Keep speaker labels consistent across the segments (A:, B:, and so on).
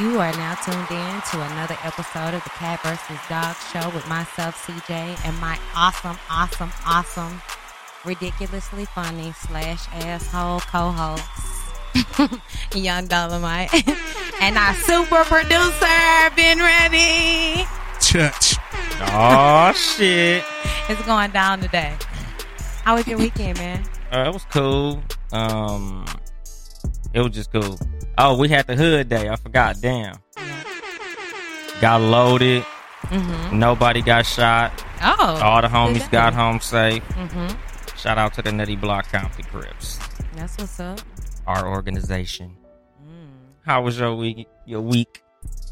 A: You are now tuned in to another episode of the Cat vs. Dog Show with myself, CJ, and my awesome, awesome, awesome, ridiculously funny slash asshole co-host, Young Dolomite, and our super producer, Ben Ready.
B: Church.
C: Oh shit!
A: It's going down today. How was your weekend, man?
C: Uh, it was cool. Um, it was just cool. Oh, we had the hood day. I forgot. Damn. Got loaded.
A: Mm-hmm.
C: Nobody got shot.
A: Oh,
C: All the
A: good
C: homies got
A: job.
C: home safe.
A: Mm-hmm.
C: Shout out to the Nutty Block Company Crips,
A: That's what's up.
C: our organization.
A: Mm.
C: How was your week? Your week?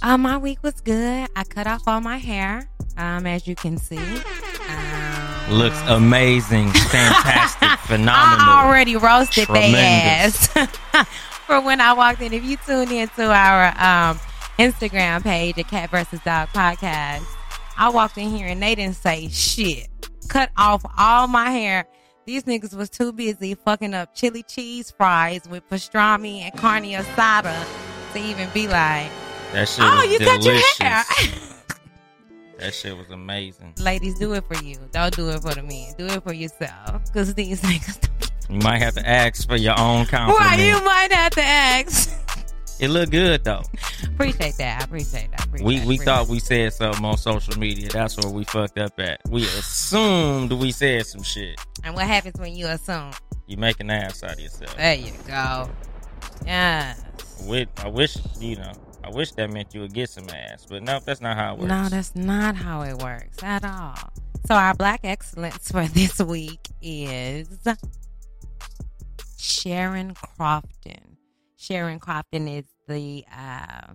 A: Uh, my week was good. I cut off all my hair, um, as you can see. Um,
C: Looks amazing, fantastic,
A: I
C: phenomenal.
A: already roasted they ass
C: Tremendous.
A: for when I walked in. If you tune into our um, Instagram page at Cat versus Dog Podcast, I walked in here and they didn't say shit. Cut off all my hair. These niggas was too busy fucking up chili cheese fries with pastrami and carne asada to even be like,
C: That shit
A: "Oh,
C: was
A: you cut your
C: delicious.
A: hair."
C: That shit was amazing.
A: ladies, do it for you. Don't do it for the men. Do it for yourself. Because these niggas.
C: You might have to ask for your own
A: Why
C: compliment.
A: you might have to ask.
C: It looked good though.
A: appreciate that. I appreciate that. I appreciate
C: We
A: that.
C: we
A: Appreciate
C: thought
A: that.
C: we said something on social media. That's where we fucked up at. We assumed we said some shit.
A: And what happens when you assume?
C: You make an ass out of yourself.
A: There you go. Yes.
C: With I wish you know. I wish that meant you would get some ass, but no, that's not how it works.
A: No, that's not how it works at all. So our black excellence for this week is Sharon Crofton. Sharon Crofton is the uh,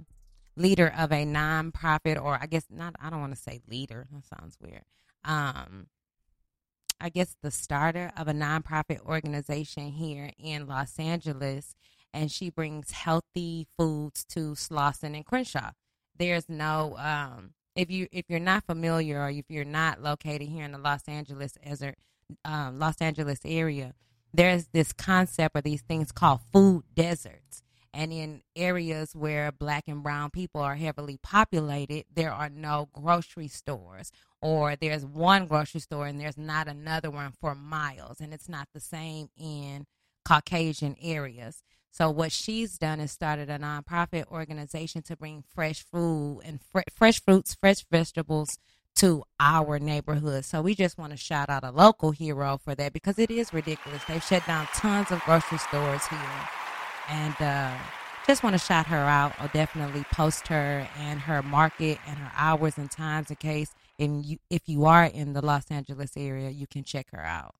A: leader of a nonprofit, or I guess not. I don't want to say leader. That sounds weird. Um, I guess the starter of a nonprofit organization here in Los Angeles, and she brings healthy foods to Slauson and Crenshaw there's no um if you if you're not familiar or if you're not located here in the Los Angeles as a um, Los Angeles area, there's this concept or these things called food deserts. And in areas where black and brown people are heavily populated, there are no grocery stores, or there's one grocery store and there's not another one for miles. And it's not the same in Caucasian areas. So what she's done is started a nonprofit organization to bring fresh food and fre- fresh fruits, fresh vegetables to our neighborhood. So we just want to shout out a local hero for that because it is ridiculous. They've shut down tons of grocery stores here, and uh, just want to shout her out. I'll definitely post her and her market and her hours and times in case. And you, if you are in the Los Angeles area, you can check her out.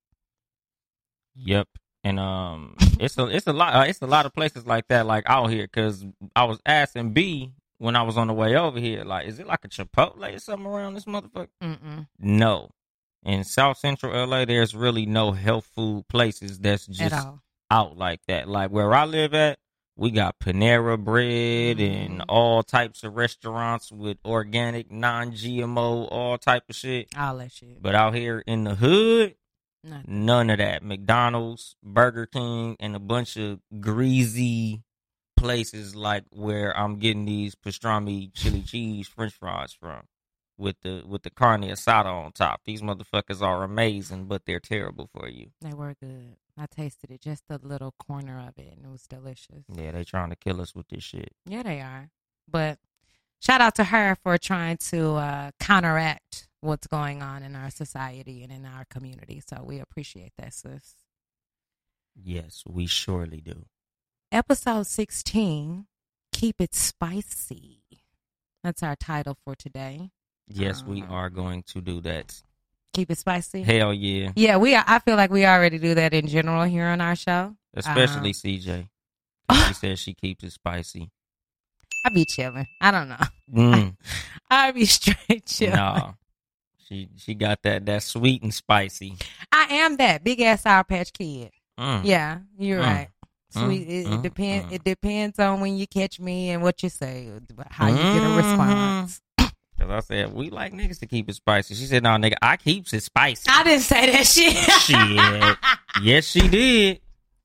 C: Yep. And um, it's a it's a lot uh, it's a lot of places like that like out here because I was asking B when I was on the way over here like is it like a Chipotle or something around this motherfucker?
A: Mm-mm.
C: No. In South Central LA, there's really no health food places that's
A: At
C: just
A: all.
C: out like that. Like where I live at, we got Panera Bread and
A: Mhm.
C: all types of restaurants with organic, non-GMO, all type of shit.
A: All that shit.
C: But out here in the hood,
A: Nothing.
C: none of that. McDonald's, Burger King, and a bunch of greasy places like where I'm getting these pastrami, chili cheese, French fries from, with the with the carne asada on top. These motherfuckers are amazing, but they're terrible for you.
A: They were good. I tasted it, just a little corner of it, and it was delicious. Yeah,
C: Yeah, they trying to kill us with this shit.
A: they are. But shout out to her for trying to uh, counteract what's going on in our society and in our community. So we appreciate that, sis.
C: Yes, we surely do.
A: Episode 16 Keep It Spicy. That's our title for today.
C: Yes, we
A: Uh-huh.
C: are going to do that.
A: Keep It Spicy.
C: Hell yeah.
A: Yeah, we are. I feel like we already do that in general here on our show.
C: Especially
A: Um,
C: CJ. 'Cause She says she keeps it spicy.
A: I be chilling. I don't know.
C: Mm.
A: I be straight chilling.
C: Nah. She she got that that sweet and spicy.
A: I am that big ass sour patch kid.
C: Mm.
A: Yeah, you're
C: Mm.
A: right.
C: Mm.
A: Sweet. It, it
C: Mm.
A: depends.
C: Mm.
A: It depends on when you catch me and what you say, how you get a
C: Mhm.
A: response.
C: Cause I said we like niggas to keep it spicy. She said, "No, nigga, I keeps it spicy."
A: I didn't say that shit.
C: Shit. yes, she did.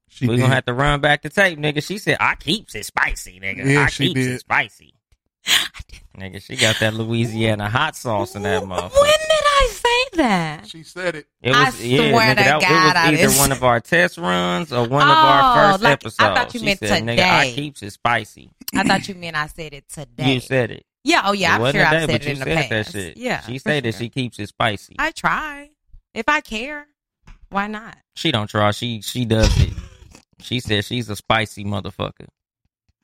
B: She
C: We're
B: did.
C: gonna have to run back the tape, nigga. She said, I keeps it spicy, nigga.
B: Yeah,
C: I
B: she
C: keeps
B: did.
C: it spicy. Nigga, she got that Louisiana hot sauce in that
A: Wh-
C: motherfucker.
A: When did I say that?
B: she said it.
C: It
A: I
C: was, yeah,
A: swear
C: nigga,
A: to
C: that,
A: God, I
C: it was
A: didn't-
C: either one of our test runs or one of our
A: Oh,
C: first
A: like, I
C: episodes.
A: thought you
C: she
A: meant
C: said, nigga, I
A: today.
C: keeps it spicy.
A: I thought you meant I said it today.
C: You said it.
A: yeah, oh yeah,
C: it
A: I'm
C: wasn't
A: sure
C: today,
A: I've said
C: but
A: it
C: you
A: in the past.
C: said that shit.
A: Yeah,
C: she
A: for
C: said that
A: sure.
C: she keeps it spicy.
A: I try if I care. Why not?
C: She don't try. She she does it. she said she's a spicy motherfucker.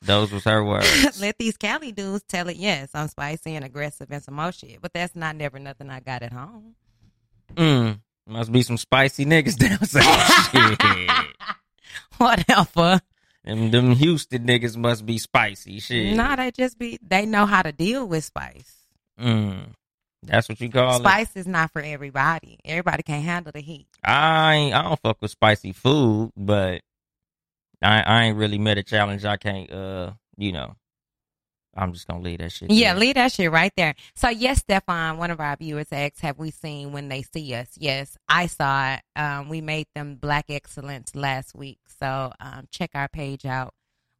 C: Those was her words.
A: Let these Cali dudes tell it. Yes, I'm spicy and aggressive and some more shit, but that's not never nothing I got at home.
C: mm, must be some spicy niggas down south. Shit.
A: Whatever.
C: Them, them Houston niggas must be spicy. Shit.
A: No, they just be. They know how to deal with spice.
C: Mm. That's what you call it.
A: Spice is not for everybody. Everybody can't handle the heat.
C: I ain't, I don't fuck with spicy food, but I I ain't really met a challenge I can't uh you know. I'm just gonna leave that shit.
A: Yeah,
C: there.
A: leave that shit right there. So yes, Stefan, one of our viewers asked, "Have we seen when they see us?" Yes, I saw it. Um, we made them Black Excellence last week, so um, check our page out.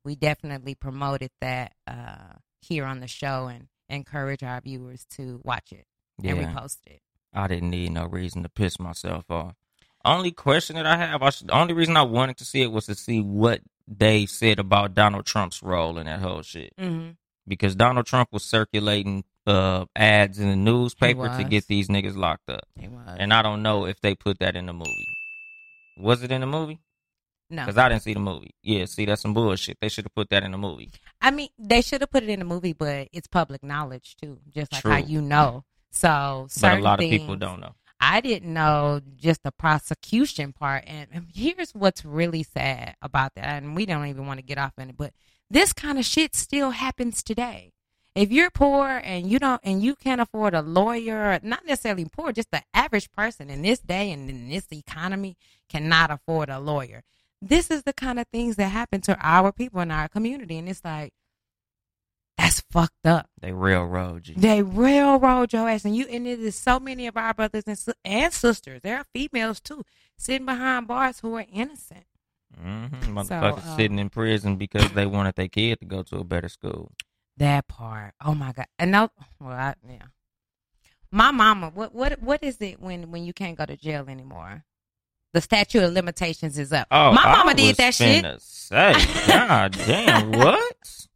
A: We definitely promoted that uh, here on the show and encourage our viewers to watch it and
C: yeah.
A: repost it.
C: I didn't need no reason to piss myself off. Only question that I have, I should, the only reason I wanted to see it was to see what they said about Donald Trump's role in that whole shit.
A: Mm-hmm.
C: Because Donald Trump was circulating uh ads in the newspaper to
A: was.
C: get these niggas locked up.
A: It was.
C: And I don't know if they put that in the movie. Was it in the movie?
A: no,
C: Because I didn't see the movie. Yeah, see, that's some bullshit. They should have put that in the movie.
A: I mean, they should have put it in the movie, but it's public knowledge too, just like how
C: True.
A: you know. So,
C: But a
A: certain
C: lot of
A: things,
C: people don't know.
A: I didn't know just the prosecution part. And, and here's what's really sad about that. And we don't even want to get off on it, but this kind of shit still happens today. If you're poor and you don't and you can't afford a lawyer, not necessarily poor, just the average person in this day and in this economy cannot afford a lawyer. This is the kind of things that happen to our people in our community. And it's like, that's fucked up.
C: They railroad you.
A: They railroad your ass, and you and it is so many of our brothers and, sis- and sisters. There are females too sitting behind bars who are innocent.
C: hmm Motherfuckers
A: uh,
C: sitting in prison because they wanted their kid to go to a better school.
A: That part. Oh my god. And no, well, I, yeah. My mama. What what what is it when when you can't go to jail anymore? The statute of limitations is up.
C: Oh,
A: my
C: I
A: mama
C: was
A: did that shit.
C: finna Say, God damn, what?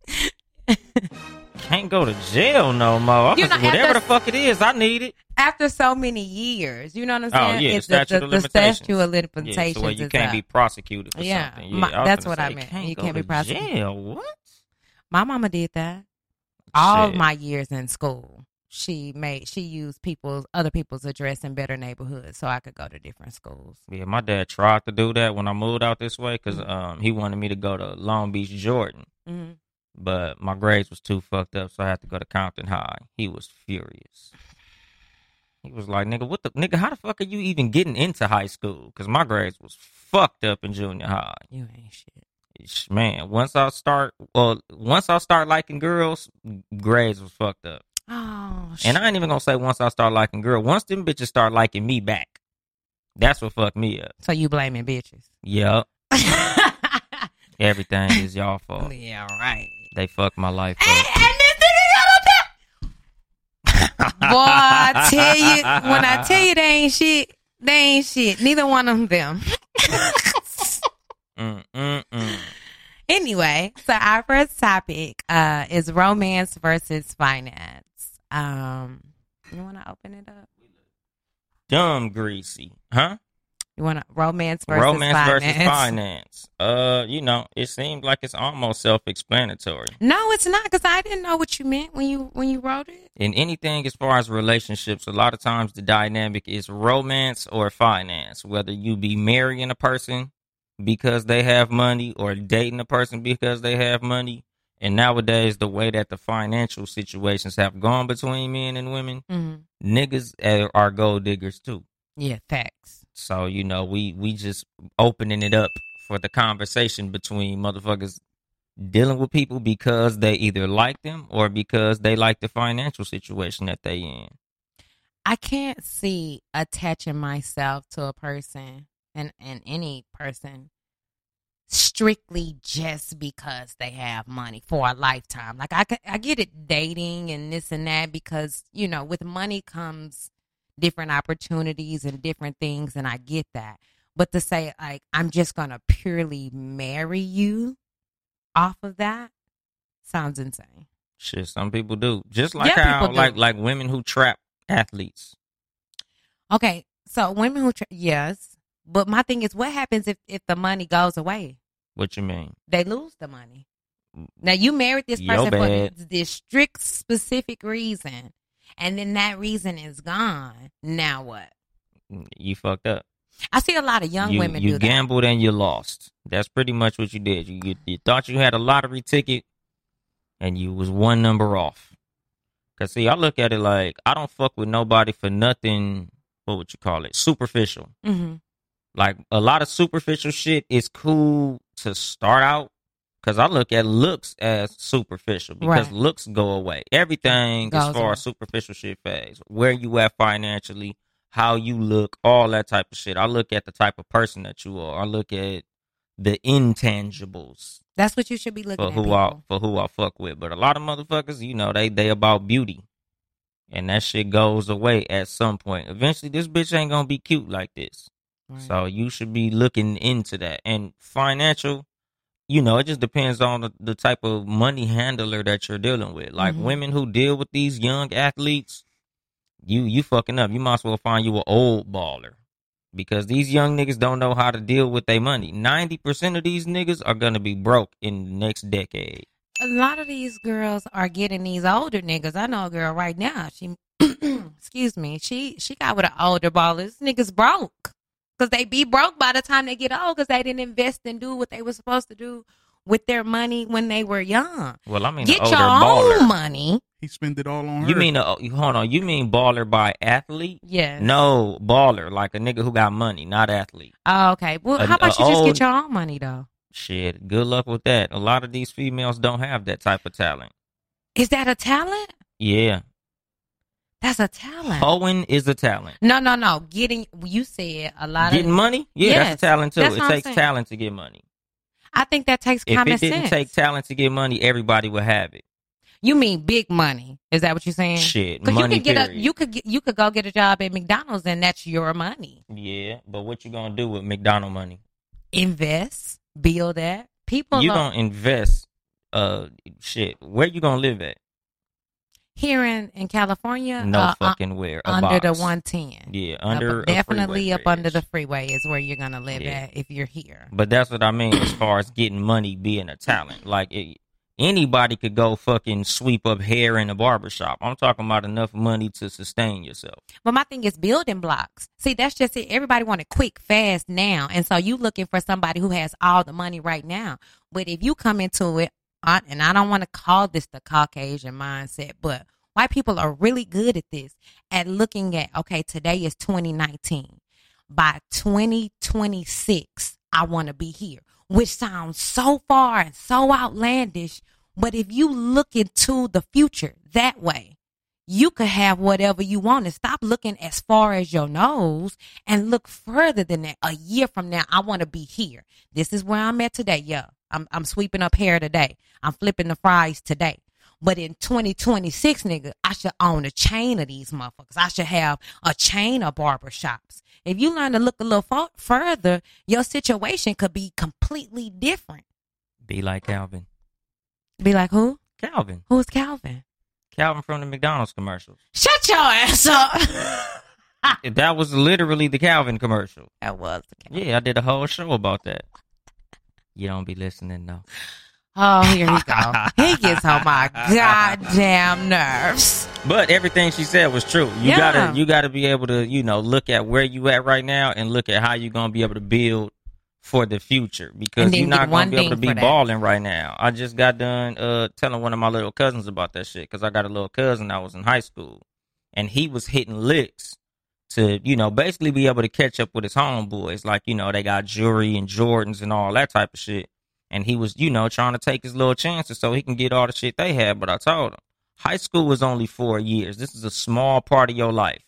C: Can't go to jail no more. I
A: You
C: was-
A: know,
C: whatever
A: after-
C: the fuck it is, I need it.
A: After so many years, you know what I'm
C: Oh,
A: saying?
C: yeah, the
A: it's
C: statute
A: the,
C: of
A: the statute of
C: Yeah,
A: limitations
C: so where you
A: is
C: can't
A: up.
C: be prosecuted for
A: Yeah,
C: something.
A: my-
C: I was
A: that's
C: finna
A: what I
C: say,
A: meant.
C: Can't
A: You
C: go
A: can't
C: to
A: be prosecuted.
C: Jail? What?
A: My mama did that. All
C: Shit.
A: my years in school, she made she used people's other people's address in better neighborhoods so I could go to different schools.
C: Yeah, my dad tried to do that when I moved out this way because um, he wanted me to go to Long Beach, Jordan,
A: hmm
C: but my grades was too fucked up, so I had to go to Compton High. He was furious. He was like, "Nigga, what the nigga? How the fuck are you even getting into high school? Because my grades was fucked up in junior high.
A: You ain't shit.
C: Sh- Man, once I start, well, once I start liking girls, grades was fucked up.
A: Oh, shit.
C: And I ain't even gonna say once I start liking girl. Once them bitches start liking me back, that's what fucked me up.
A: so you blaming bitches?
C: Yup. Everything is y'all fault.
A: yeah, right.
C: They fucked my life
A: And,
C: up.
A: and this nigga got a Boy, I tell you, when I tell you they ain't shit, they ain't shit. Neither one of them.
C: Mm, mm, mm.
A: anyway, so our first topic uh, is romance versus finance. Um, you want to open it up?
C: Dumb greasy, huh?
A: You want to romance versus
C: Romance
A: finance?
C: versus finance. Uh, you know, it seems like it's almost self-explanatory.
A: No, it's not because I didn't know what you meant when you when you wrote it.
C: In anything as far as relationships, a lot of times the dynamic is romance or finance. Whether you be marrying a person because they have money or dating a person because they have money. And nowadays, the way that the financial situations have gone between men and women,
A: Mm-hmm.
C: niggas are- are gold diggers too.
A: Yeah, facts.
C: So you know, we we just opening it up for the conversation between motherfuckers dealing with people because they either like them or because they like the financial situation that they in.
A: I can't see attaching myself to a person and, and any person strictly just because they have money for a lifetime. Like I, c- I get it dating and this and that because, you know, with money comes different opportunities and different things and I get that. But to say like I'm just going to purely marry you off of that sounds insane.
C: Shit, some people do. Just like
A: Yeah,
C: how
A: people do.
C: like like women who trap athletes.
A: Okay, so women who tra- yes, but my thing is what happens if if the money goes away?
C: What you mean?
A: they lose the money. Now you married this
C: Your
A: person for
C: bad.
A: this, this strict specific reason, and then that reason is gone. Now what?
C: You fucked up.
A: I see a lot of young
C: you,
A: women
C: you
A: do that.
C: gambled and you lost. That's pretty much what you did. You, you you thought you had a lottery ticket, and you was one number off. Cause see, I look at it like I don't fuck with nobody for nothing. What would you call it? Superficial.
A: hmm
C: Like a lot of superficial shit is cool to start out. Cause I look at looks as superficial because
A: Right.
C: looks go away. Everything as
A: Goes
C: far
A: away.
C: as superficial shit fades. Where you at financially, how you look, all that type of shit. I look at the type of person that you are. I look at the intangibles
A: That's what you should be looking
C: for
A: at.
C: who
A: people.
C: I for who I fuck with. But a lot of motherfuckers, you know, they they about beauty, and that shit goes away at some point. Eventually, this bitch ain't gonna be cute like this.
A: Right.
C: So you should be looking into that. And financial, you know, it just depends on the, the type of money handler that you're dealing with. Like
A: Mhm.
C: women who deal with these young athletes, you you fucking up. You might as well find you an old baller. Because these young niggas don't know how to deal with their money. 90% of these niggas are gonna be broke in the next decade.
A: a lot of these girls are getting these older niggas. I know a girl right now. She, excuse me, she she got with an older baller. This niggas broke because they be broke by the time they get old because they didn't invest and do what they were supposed to do with their money when they were young.
C: Well, I mean,
A: get
C: an
A: your
C: older
A: own
C: baller.
A: money.
B: He spent it all on her.
C: You mean, a, hold on, you mean baller by athlete?
A: Yes.
C: No, baller, like a nigga who got money, not athlete.
A: Oh, okay. Well,
C: A-
A: how about
C: a
A: you just
C: old-
A: get your own money though?
C: Shit, good luck with that. A lot of these females don't have that type of talent.
A: Is that a talent?
C: Yeah.
A: That's a talent.
C: Hoeing is a talent.
A: No, no, no. Getting you said a lot
C: Getting
A: of.
C: money? Yeah,
A: Yes,
C: that's a talent too.
A: that's
C: It
A: what I'm
C: takes
A: saying.
C: talent to get money.
A: I think that takes
C: If
A: common
C: it didn't
A: sense.
C: take talent to get money, everybody would have it.
A: You mean big money? Is that what you're saying?
C: Shit,
A: Because you
C: money
A: could get a
C: period.
A: you could get, you could go get a job at McDonald's and that's your money.
C: yeah, but what you gonna do with McDonald money?
A: Invest, build that. People
C: you
A: are
C: gonna invest uh shit. Where you gonna live at?
A: here in, in California,
C: No
A: uh,
C: fucking where. A
A: under
C: box.
A: the one ten.
C: Yeah, under a
A: definitely
C: freeway
A: up under the
C: bridge.
A: freeway is where you're gonna live
C: Yeah.
A: at if you're here.
C: But that's what I mean as far as getting money being a talent. Like it, anybody could go fucking sweep up hair in a barbershop. I'm talking about enough money to sustain yourself.
A: But my thing is building blocks. See, that's just it. Everybody want it quick, fast now, and so you looking for somebody who has all the money right now. But if you come into it, I, and I don't want to call this the Caucasian mindset, but white people are really good at this at looking at okay, today is 2019. By 2026, I want to be here, which sounds so far and so outlandish. But if you look into the future that way, you could have whatever you want and stop looking as far as your nose and look further than that. A year from now, I want to be here. This is where I'm at today. Yeah, I'm, I'm sweeping up hair today. I'm flipping the fries today. But in 2026, nigga, I should own a chain of these motherfuckers. I should have a chain of barber shops. If you learn to look a little fu- further, your situation could be completely different.
C: Be like Calvin.
A: Be like, who?
C: Calvin.
A: Who's Calvin?
C: Calvin from the McDonald's commercials.
A: Shut your ass up.
C: That was literally the Calvin commercial.
A: that was the Calvin.
C: Yeah, I did a whole show about that. You don't be listening though.
A: Oh, here he go. he gets on my goddamn nerves.
C: But everything she said was true. You
A: Yeah.
C: gotta you gotta be able to, you know, look at where you at right now and look at how you're gonna be able to build for the future because
A: And then
C: you're
A: get
C: not
A: one
C: gonna be able to
A: ding
C: be
A: for that.
C: balling right now. I just got done uh telling one of my little cousins about that shit because I got a little cousin I was in high school and he was hitting licks to, you know, basically be able to catch up with his homeboys. Like, you know, they got jewelry and Jordans and all that type of shit. And he was, you know, trying to take his little chances so he can get all the shit they had. But I told him, high school is only four years. This is a small part of your life.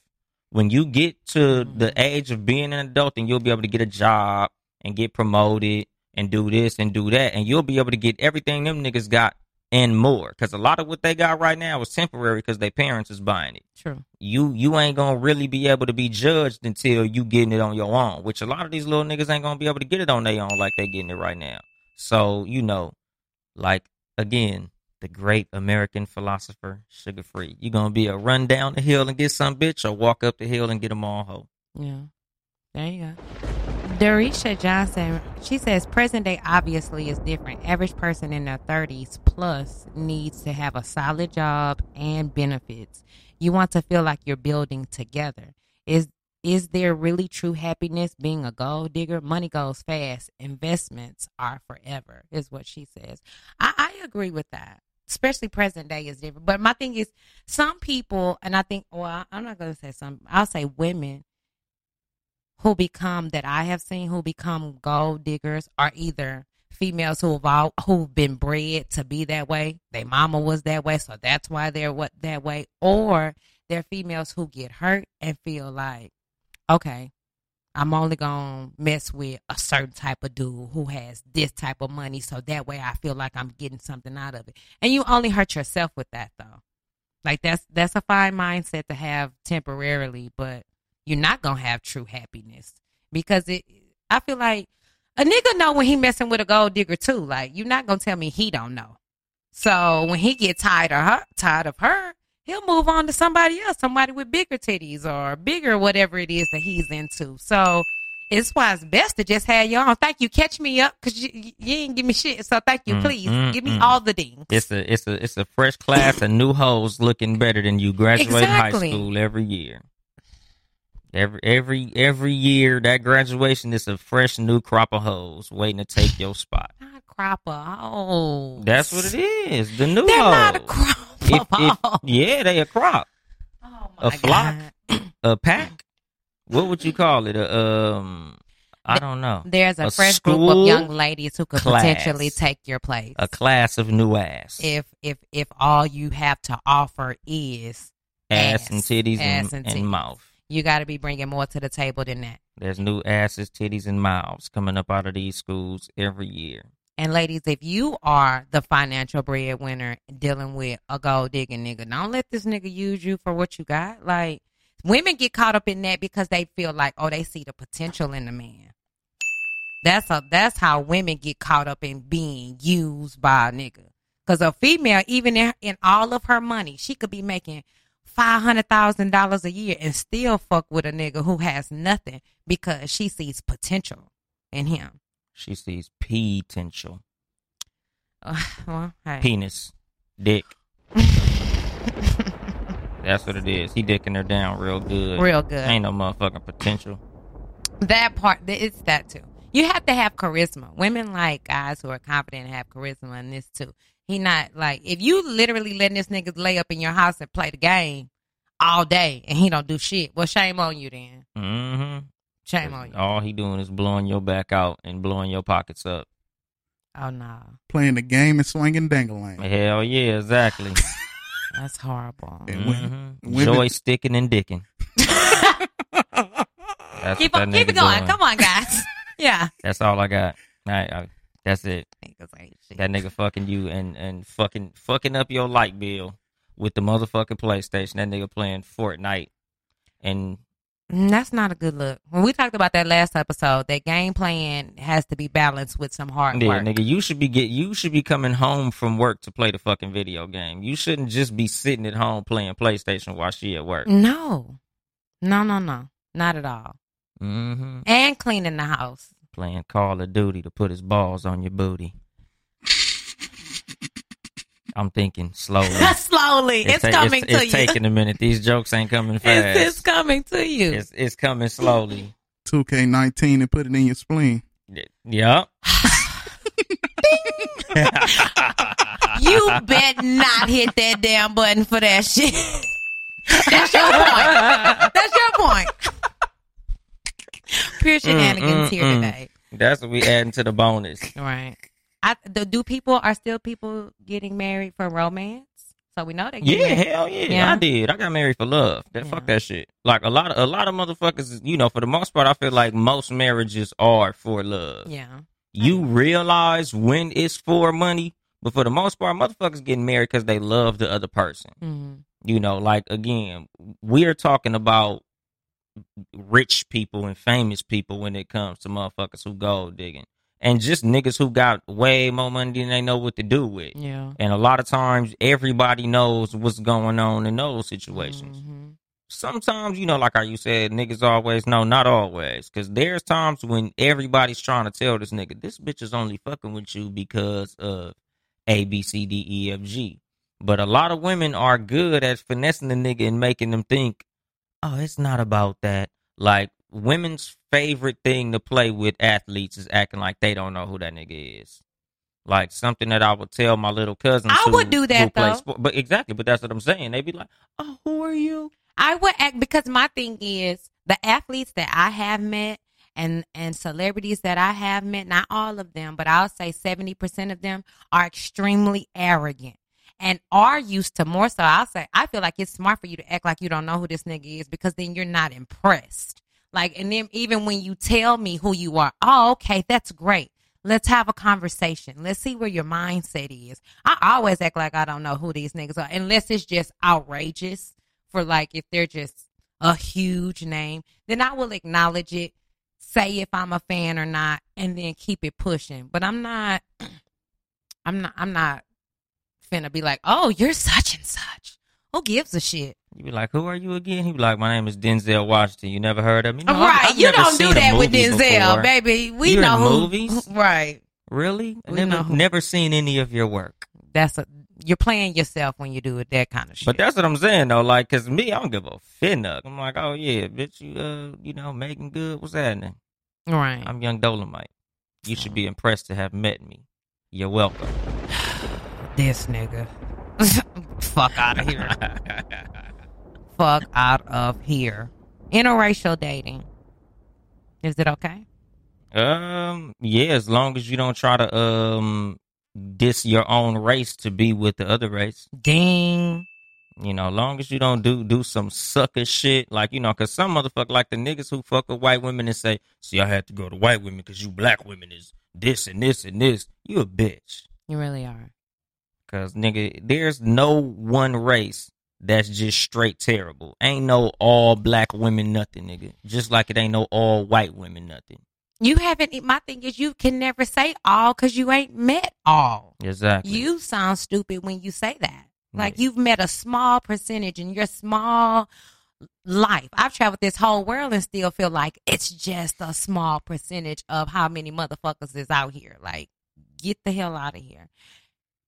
C: When you get to the age of being an adult, then you'll be able to get a job and get promoted and do this and do that. And you'll be able to get everything them niggas got and more. Because a lot of what they got right now is temporary because their parents is buying it
A: True.
C: you you ain't gonna really be able to be judged until you getting it on your own, which a lot of these little niggas ain't gonna be able to get it on their own like they getting it right now. So you know, like again, the great American philosopher Sugar Free, you gonna be a run down the hill and get some bitch, or walk up the hill and get them all hoe.
A: Yeah. There you go. Darisha Johnson, she says present day obviously is different. Average person in their 30s plus needs to have a solid job and benefits. You want to feel like you're building together. Is is there really true happiness being a gold digger? Money goes fast. Investments are forever, is what she says. I, I agree with that. Especially present day is different. But my thing is some people and I think well, I'm not gonna say some I'll say women who become that I have seen who become gold diggers are either females who have all, who've been bred to be that way. Their mama was that way, so that's why they're what that way, or they're females who get hurt and feel like, okay, I'm only gonna mess with a certain type of dude who has this type of money, so that way I feel like I'm getting something out of it. And you only hurt yourself with that though. Like that's that's a fine mindset to have temporarily, but you're not gonna have true happiness because it. I feel like a nigga know when he messing with a gold digger too. Like you're not gonna tell me he don't know. So when he get tired of her, tired of her, he'll move on to somebody else, somebody with bigger titties or bigger whatever it is that he's into. So it's why it's best to just have your own. Thank you, catch me up because you, you didn't give me shit. So thank you,
C: Mm,
A: please
C: mm,
A: give me
C: mm.
A: all the dings.
C: It's a it's a it's a fresh class of new hoes looking better than you graduating high
A: Exactly.
C: school every year. Every every every year that graduation is a fresh new crop of hoes waiting to take your spot.
A: not cropper. Oh,
C: That's what it is. The new
A: They're
C: hoes.
A: not a crop.
C: If- if-
A: oh
C: yeah, they a crop,
A: my
C: a flock?
A: God.
C: a pack. What would you call it? A, um, I don't know.
A: There's a,
C: A
A: fresh group of
C: school
A: young ladies who could
C: class.
A: potentially take your place.
C: A class of new ass,
A: if if if all you have to offer is
C: ass and
A: ass,
C: titties
A: ass and
C: and, and,
A: titties.
C: mouth.
A: you got to be bringing more to the table than that.
C: There's new asses, titties, and mouths coming up out of these schools every year.
A: And ladies, if you are the financial breadwinner dealing with a gold digging nigga, don't let this nigga use you for what you got. Like women get caught up in that because they feel like, oh, they see the potential in the man. That's a that's how women get caught up in being used by a nigga. Cause a female, even in, in all of her money, she could be making five hundred thousand dollars a year and still fuck with a nigga who has nothing because she sees potential in him.
C: She sees potential,
A: Uh, well, hey.
C: penis, dick. That's what it is. He dicking her down real good.
A: real good.
C: Ain't no motherfucking potential.
A: That part, th- it's that too. You have to have charisma. Women like guys who are confident and have charisma in this too. He not like if you literally letting this niggas lay up in your house and play the game all day and he don't do shit. Well, shame on you then.
C: hmm
A: Shame on you.
C: All he doing is blowing your back out and blowing your pockets up.
A: Oh no,
B: playing the game and swinging dangling.
C: Hell yeah, exactly.
A: that's horrible.
B: Yeah. And women-
C: mm-hmm.
B: women-
C: Joysticking and dicking. That's
A: keep
C: what
A: on,
C: that
A: keep it
C: nigga
A: going.
C: doing.
A: Come on, guys. yeah.
C: That's all I got. I, I, that's it.
A: Niggas ain't shit.
C: That nigga fucking you and and fucking fucking up your light bill with the motherfucking PlayStation. That nigga playing Fortnite and
A: Mm, That's not a good look. When we talked about that last episode, that game plan has to be balanced with some hard
C: Yeah,
A: work.
C: nigga, you should be get you should be coming home from work to play the fucking video game. You shouldn't just be sitting at home playing PlayStation while she at
A: Mm.
C: work.
A: No, no, no, no, not at all.
C: hmm
A: And cleaning the house.
C: Playing Call of Duty to put his balls on your booty. I'm thinking slowly.
A: Slowly, it's,
C: ta-
A: coming
C: it's,
A: to
C: it's
A: you.
C: taking a minute. These jokes ain't coming fast.
A: it's, it's coming to you.
C: It's it's coming slowly.
B: 2K19 and put it in your spleen.
C: Y- Yup.
A: you bet not hit that damn button for that shit. That's your point. That's your point. Pure shenanigans
C: mm,
A: here
C: mm.
A: today.
C: That's what we adding to the bonus.
A: Right. I, do, do people are still people getting married for romance? So we know they get
C: Yeah,
A: married.
C: hell yeah,
A: Yeah.
C: I did. I got married for love. That fuck
A: Yeah.
C: that shit. Like a lot of a lot of motherfuckers, you know, for the most part, I feel like most marriages are for love.
A: yeah,
C: You realize when it's for money, but for the most part, motherfuckers getting married because they love the other person.
A: Mhm.
C: You know, like again, we're talking about rich people and famous people when it comes to motherfuckers who gold digging. And just niggas who got way more money than they know what to do with.
A: yeah.
C: And a lot of times everybody knows what's going on in those situations.
A: Mhm.
C: Sometimes, you know, like how you said, niggas always know, not always. Cause there's times when everybody's trying to tell this nigga, this bitch is only fucking with you because of A, B, C, D, E, F, G. But a lot of women are good at finessing the nigga and making them think, oh, it's not about that. Like, women's favorite thing to play with athletes is acting like they don't know who that nigga is. Like, something that I would tell my little cousins.
A: I
C: who-
A: would do that,
C: who play
A: though.
C: sport- But exactly, but that's what I'm saying. They be like, oh, who are you?
A: I would act because my thing is the athletes that I have met and and celebrities that I have met, not all of them, but I'll say 70% of them are extremely arrogant and are used to more so I'll say I feel like it's smart for you to act like you don't know who this nigga is because then you're not impressed. Like and then even when you tell me who you are, oh okay, that's great. Let's have a conversation. Let's see where your mindset is. I always act like I don't know who these niggas are unless it's just outrageous for like if they're just a huge name, then I will acknowledge it, say if I'm a fan or not, and then keep it pushing. But I'm not I'm not I'm not finna be like, Oh, you're such and such. Who gives a shit?
C: You be like, who are you again? He be like, my name is Denzel Washington. You never heard of me? No, I've-
A: right.
C: I've
A: you
C: never
A: don't
C: seen
A: do
C: a
A: that with
C: movie
A: Denzel,
C: before.
A: baby. We
C: You're in
A: know who,
C: movies?
A: who- right.
C: Really?
A: We
C: never,
A: know who-
C: never seen any of your work.
A: That's a you're playing yourself when you do it that kind of shit.
C: But that's what I'm saying though, like, cause me, I don't give a finnuck. I'm like, oh yeah, bitch, you uh, you know, making good. What's happening?
A: right.
C: I'm Young Dolomite. You should
A: Mm-hmm.
C: be impressed to have met me. You're welcome.
A: this nigga. Fuck out of here. fuck out of here. Interracial dating. Is it okay?
C: um, yeah, as long as you don't try to um diss your own race to be with the other race.
A: Ding.
C: You know, long as you don't do do some sucker shit, like you know, cause some motherfucker like the niggas who fuck with white women and say, "See, I had to go to white women because you black women is this and this and this." You a bitch.
A: You really are.
C: Cause nigga, there's no one race that's just straight terrible. Ain't no all black women nothing, nigga. Just like it ain't no all white women nothing.
A: You haven't. My thing is, you can never say all because you ain't met all.
C: Exactly.
A: You sound stupid when you say that. Like
C: Yeah.
A: you've met a small percentage in your small life. I've traveled this whole world and still feel like it's just a small percentage of how many motherfuckers is out here. Like, get the hell out of here.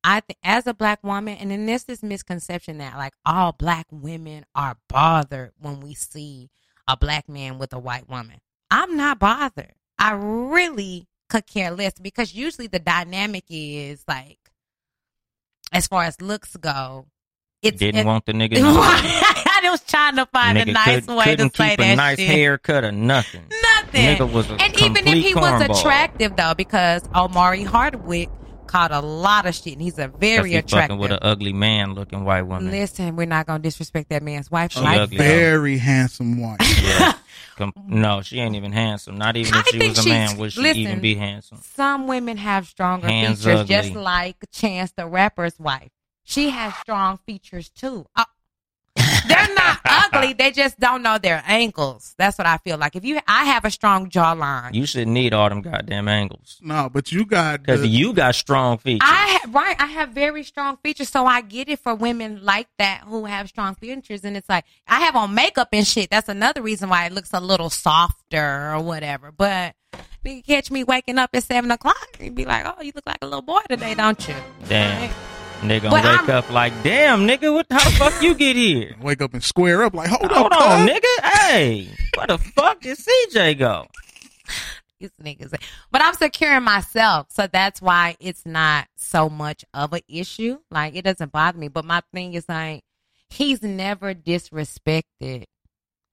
A: I th- as a black woman, and then there's this misconception that like all black women are bothered when we see a black man with a white woman. I'm not bothered. I really could care less because usually the dynamic is like, as far as looks go, it's
C: didn't
A: it-
C: want the nigga. nothing.
A: I was trying to find
C: nigga
A: a nice
C: could,
A: way to
C: couldn't
A: say
C: keep
A: that
C: a nice
A: shit.
C: haircut or nothing.
A: Nothing.
C: Nigga was a
A: and even if he
C: complete
A: was
C: cornball.
A: attractive though, because Omari Hardwick caught a lot of shit, and he's a
C: 'Cause
A: very
C: he fucking with
A: attractive.
C: an ugly man looking white woman.
A: Listen, we're not gonna disrespect that man's wife.
C: She
A: like
C: ugly,
A: that.
C: though.
B: Very handsome wife.
C: Yeah. Com- no, she ain't even handsome. Not even
A: I
C: if she
A: think
C: was a
A: she's-
C: man, would she even
A: listen.
C: be handsome?
A: Some women have stronger
C: Hands
A: features,
C: ugly.
A: just like Chance the Rapper's wife. She has strong features too. Uh, they're not ugly. They just don't know their angles. That's what I feel like. If you, I have a strong jawline.
C: You should need all them goddamn angles.
B: no, but you got
C: Because
B: the,
C: you got strong features.
A: I ha- right, I have very strong features, so I get it for women like that who have strong features, and it's like I have on makeup and shit. That's another reason why it looks a little softer or whatever. But you catch me waking up at seven o'clock and be like, "Oh, you look like a little boy today, don't you?"
C: Damn.
A: Right?
C: And they gonna
A: But
C: wake
A: I'm-
C: up like, damn, nigga, what how the fuck you get here?
B: wake up and square up like, hold,
C: Hold
B: up,
C: on,
B: cuz.
C: nigga. Hey, where the fuck did CJ go?
A: These niggas. But I'm securing myself, so that's why it's not so much of an issue. Like it doesn't bother me. But my thing is like he's never disrespected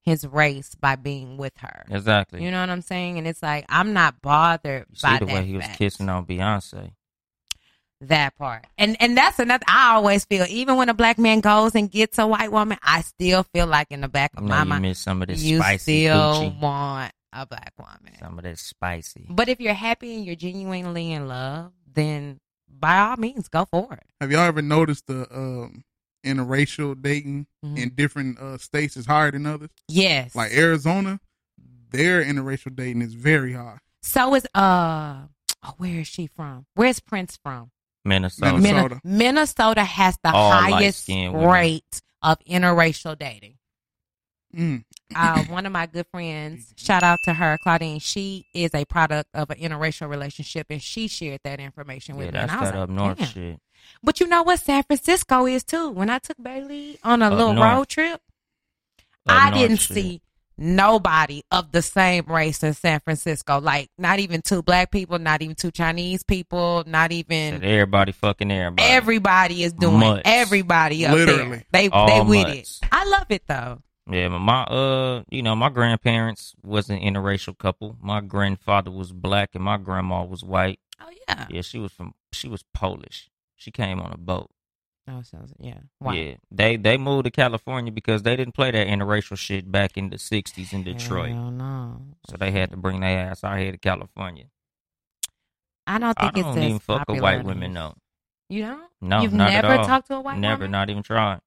A: his race by being with her.
C: Exactly.
A: You know what I'm saying? And it's like I'm not bothered
C: You
A: by
C: see the
A: that
C: way he was
A: fact.
C: kissing on Beyonce.
A: That part. And and that's another I always feel even when a black man goes and gets a white woman, I still feel like in the back of
C: You know,
A: my
C: you
A: mind
C: miss some of this
A: you
C: spicy
A: still
C: Gucci.
A: want a black woman.
C: Some of that spicy.
A: But if you're happy and you're genuinely in love, then by all means go for it.
B: Have y'all ever noticed the um, interracial dating
C: Mm-hmm.
A: Mhm.
B: in different uh, states is higher than others?
A: Yes.
B: Like Arizona, their interracial dating is very high.
A: so is uh oh, where is she from? Where's Prince from?
C: Minnesota.
B: Minnesota.
A: Minnesota. Minnesota has the
C: All
A: highest
C: light-skinned women.
A: rate of interracial dating.
B: Mm.
A: uh, one of my good friends, shout out to her, Claudine. She is a product of an interracial relationship, and she shared that information with
C: yeah,
A: me. And
C: that's
A: I was
C: that
A: like,
C: up north
A: "Damn."
C: shit.
A: But you know what? San Francisco is too. When I took Bailey on a
C: Up
A: little
C: north.
A: road trip,
C: Up
A: I
C: north
A: didn't
C: shit.
A: see nobody of the same race in San Francisco. Like, not even two black people, not even two Chinese people, not
C: Said
A: even.
C: everybody fucking everybody.
A: Everybody is doing
C: Mutts.
A: everybody up there.
B: Literally.
A: They
C: All
A: they with
C: mutts.
A: it. I love it though.
C: Yeah, but my uh, you know, my grandparents was an interracial couple. My grandfather was black and my grandma was white.
A: Oh yeah.
C: Yeah, she was from she was Polish. She came on a boat.
A: Oh, sounds yeah. Wow.
C: Yeah, they they moved to California because they didn't play that interracial shit back in the '60s in Detroit.
A: Hell no.
C: So they had to bring their ass out here to California.
A: I don't
C: I
A: think it's
C: don't
A: as
C: even fuck
A: popular
C: with white
A: now.
C: women though.
A: You don't?
C: No,
A: You've
C: not
A: never
C: at all.
A: talked to a white
C: Never,
A: woman?
C: not even tried.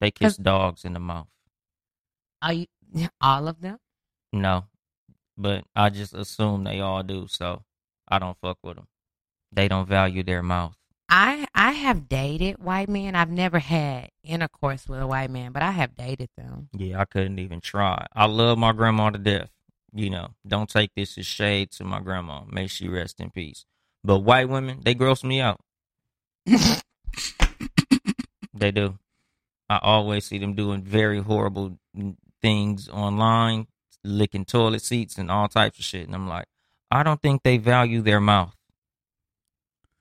C: They kiss dogs in the mouth.
A: Are you all of them?
C: No, but I just assume they all do. So I don't fuck with them. They don't value their mouth.
A: I I have dated white men. I've never had intercourse with a white man, but I have dated them.
C: Yeah, I couldn't even try. I love my grandma to death. You know, don't take this as shade to my grandma. May she rest in peace. But white women, they gross me out. they do. I always see them doing very horrible things online, licking toilet seats and all types of shit. And I'm like, I don't think they value their mouth.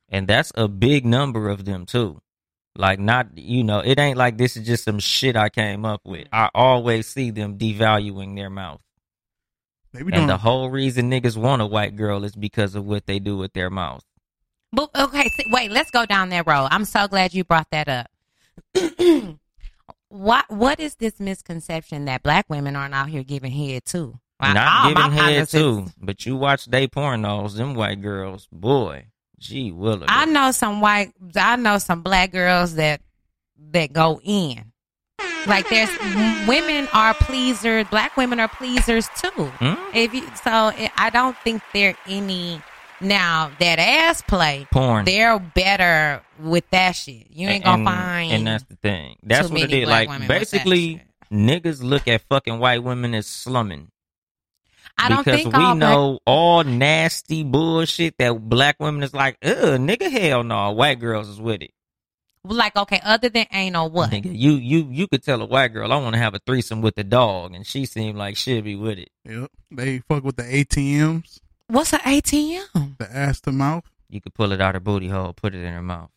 C: And that's a big number of them, too. Like not you know, it ain't like this is just some shit I came up with. I always see them devaluing their mouth.
B: They be doing
C: and the whole reason niggas want a white girl is because of what they do with their mouth.
A: But okay, see, wait, let's go down that road. I'm so glad you brought that up. what what is this misconception that black women aren't out here giving head too?
C: Not
A: all my
C: giving head
A: partners is-
C: too. But you watch they pornos, them white girls, boy, gee willikers.
A: I know some white. I know some black girls that that go in. Like there's women are pleasers. Black women are pleasers too.
C: Hmm?
A: If you so, I- I don't think there any now that ass play.
C: Porn.
A: They're better with that shit. You ain't gonna
C: and,
A: find.
C: And that's the thing. That's
A: too
C: what it
A: many
C: is.
A: black
C: Like
A: women with that
C: basically,
A: shit.
C: niggas look at fucking white women as slumming.
A: I don't
C: because
A: think
C: we
A: all black-
C: know all nasty bullshit that black women is like, ugh, nigga, hell no. White girls is with it.
A: like okay, other than anal, what?
C: Nigga, you you you could tell a white girl I want to have a threesome with the dog, and she seemed like she'd be with it.
B: Yep. They fuck with the ATMs,
A: What's an ATM?
B: the ass to mouth.
C: You could pull it out her booty hole, put it in her mouth.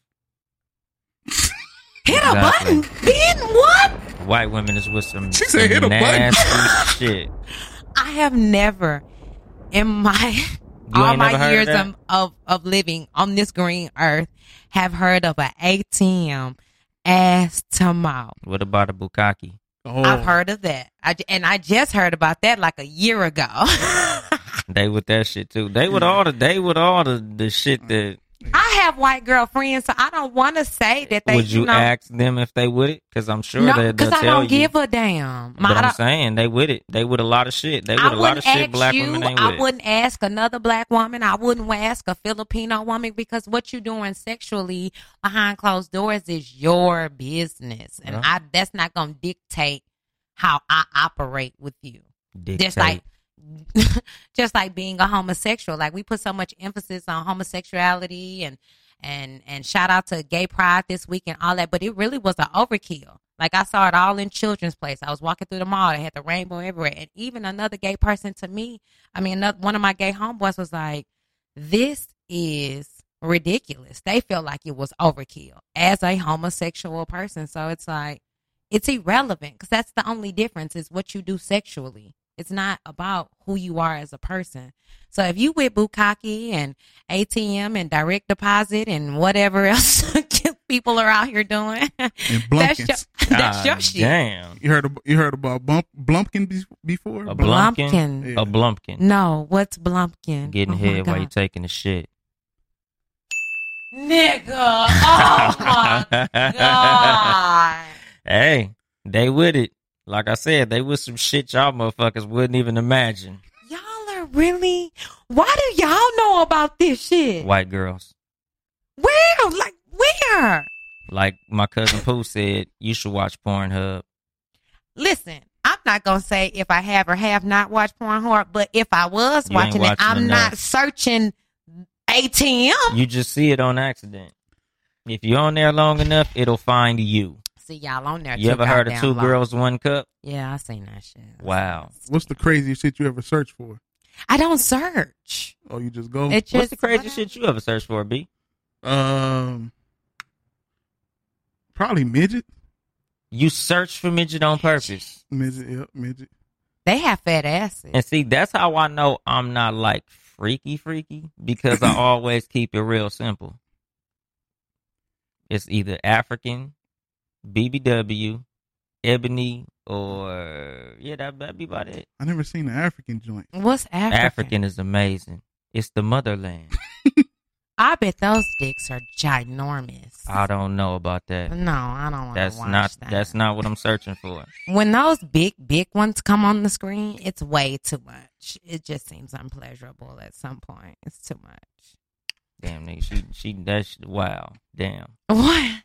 A: Hit
C: Exactly.
A: a button. Then what?
C: White women is with some,
B: She said,
C: some
B: "Hit a button."
C: nasty shit.
A: I have never in my
C: You
A: all
C: ain't never
A: my
C: heard
A: years
C: of that?
A: of, of of living on this green earth have heard of an ATM ass to mouth.
C: What about a bukkake?
B: Oh,
A: I've heard of that. I j- and I just heard about that like a year ago.
C: They with that shit too. They with all the they with all the, the shit that
A: I have white girlfriends, so I don't want to say that they
C: would you
A: know,
C: ask them if they with it? Because I'm sure
A: no,
C: they, they'll
A: because I
C: tell
A: don't
C: you.
A: give a damn. My-
C: but
A: I
C: I'm
A: don't-
C: saying they with it. They with a lot of shit. They with
A: I
C: a lot of
A: wouldn't
C: shit.
A: ask
C: Black
A: you.
C: women ain't
A: I
C: with.
A: wouldn't ask another black woman. I wouldn't ask a Filipino woman because what you're doing sexually behind closed doors is your business, and
C: Yeah.
A: I that's not going to dictate how I operate with you.
C: Dictate.
A: Just like. just like being a homosexual like we put so much emphasis on homosexuality and and and shout out to gay pride this week and all that but it really was an overkill like i saw it all in children's place i was walking through the mall they had the rainbow everywhere and even another gay person to me i mean another, one of my gay homeboys was like this is ridiculous they feel like it was overkill as a homosexual person so it's like it's irrelevant because that's the only difference is what you do sexually It's not about who you are as a person. So if you with Bukaki and ATM and direct deposit and whatever else people are out here doing,
B: And
A: that's your,
B: Blumpkins.
A: that's your
C: God
A: shit.
C: Ah, Damn.
B: You heard ab- you heard about bump Blumpkin be- before?
C: A
B: Blump-
C: Blumpkin?
A: Blumpkin.
B: Yeah.
C: A blumpkin.
A: No, what's Blumpkin?
C: Getting
A: Oh my
C: head while
A: God.
C: you taking the shit.
A: Nigga, oh my God.
C: Hey, they with it. Like I said, they with some shit y'all motherfuckers wouldn't even imagine.
A: Y'all are really. Why do y'all know about this shit?
C: White girls.
A: Where? Like, where?
C: Like my cousin Pooh said, you should watch Pornhub.
A: Listen, I'm not going to say if I have or have not watched Pornhub, but if I was
C: You ain't
A: watching it,
C: watching
A: I'm
C: enough.
A: not searching ATM.
C: You just see it on accident. If you're on there long enough, it'll find you.
A: See, y'all on there.
C: You
A: too
C: ever heard of
A: goddamn
C: two
A: long.
C: girls, one cup?
A: Yeah, I seen that shit.
C: Wow.
B: What's the craziest shit you ever searched for?
A: I don't search.
B: Oh, you just go.
A: It just,
C: What's the craziest
A: whatever.
C: shit you ever searched for, B?
B: um, probably midget.
C: You search for midget on purpose.
B: Midget. Yep. Midget.
A: They have fat asses.
C: And see, that's how I know I'm not like freaky freaky because I always keep it real simple. It's either African, BBW, ebony, or yeah, that that'd be about it.
B: I never seen an African joint.
A: What's African?
C: African is amazing. It's the motherland.
A: I bet those dicks are ginormous.
C: I don't know about that.
A: no, I don't want
C: Ah. That's
A: to watch
C: not
A: that.
C: that's not what I'm searching for.
A: when those big big ones come on the screen it's way too much it just seems unpleasurable at some point it's too much
C: Damn nigga, she she that's wow. Damn.
A: what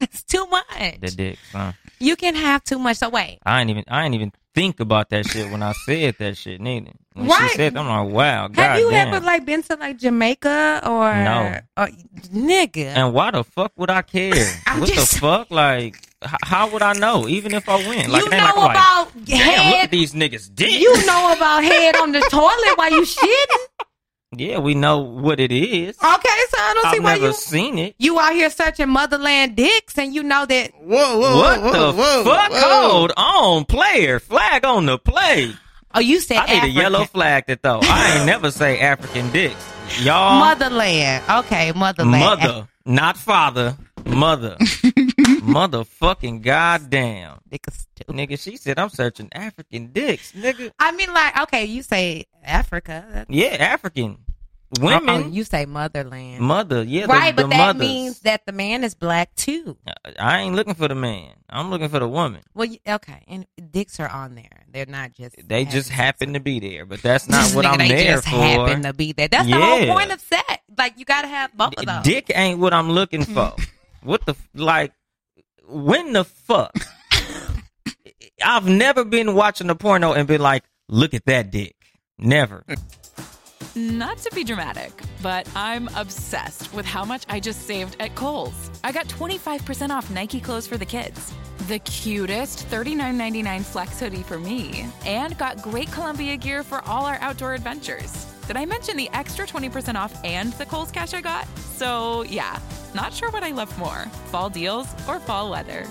A: it's too
C: The
A: much
C: dick, huh?
A: you can have too much so wait
C: I ain't even I ain't even think about that shit when I said that shit neither. When
A: Right.
C: she said that, I'm like, wow, god
A: have you
C: damn.
A: ever like been to like jamaica or
C: No.
A: or nigga
C: and why the fuck would I care?
A: I'm
C: what
A: just-
C: the fuck? Like, h- how would I know? Even if I went, like,
A: you
C: it ain't
A: know
C: like, I'm like,
A: about
C: damn, look at
A: head
C: these niggas dick.
A: you know about head on the toilet while you shitting
C: Yeah, we know what it
A: okay
C: is.
A: so i don't Oh, see
C: I've
A: why
C: never
A: you
C: seen it.
A: you out here searching motherland dicks and you know that
B: Whoa, whoa,
C: what
B: whoa,
C: the
B: whoa,
C: fuck? Oh.
B: whoa.
C: Hold on, player. Flag on the play.
A: oh you said
C: I need
A: African.
C: a yellow flag to throw. I ain't never say African dicks. Y'all,
A: Motherland. Okay, motherland.
C: mother, not father, mother. Motherfucking goddamn.
A: Niggas stupid.
C: Nigga, she said I'm searching African dicks. Nigga,
A: I mean, like, okay, you say Africa. That's-
C: yeah, African women,
A: Uh-uh, you say motherland.
C: mother, yeah, the-
A: right,
C: the,
A: but that
C: mothers.
A: means that the man is black too.
C: I ain't looking for the man. I'm looking for the woman.
A: Well, you, okay, and dicks are on there. They're not just.
C: They just happen
A: having sex.
C: to be there, but that's not what
A: Nigga,
C: I'm
A: they
C: there
A: just happen
C: for.
A: to be there. That's the whole
C: Yeah.
A: point of sex. Like you gotta have both of those.
C: Dick ain't what I'm looking for. what the f- like? When the fuck? I've never been watching a porno and been like, "Look at that dick." Never.
D: Not to be dramatic, but I'm obsessed with how much I just saved at Kohl's. I got 25% off Nike clothes for the kids, the cutest $39.99 flex hoodie for me, and got great Columbia gear for all our outdoor adventures. Did I mention the extra 20% off and the Kohl's cash I got? So, yeah, not sure what I love more fall deals or fall weather.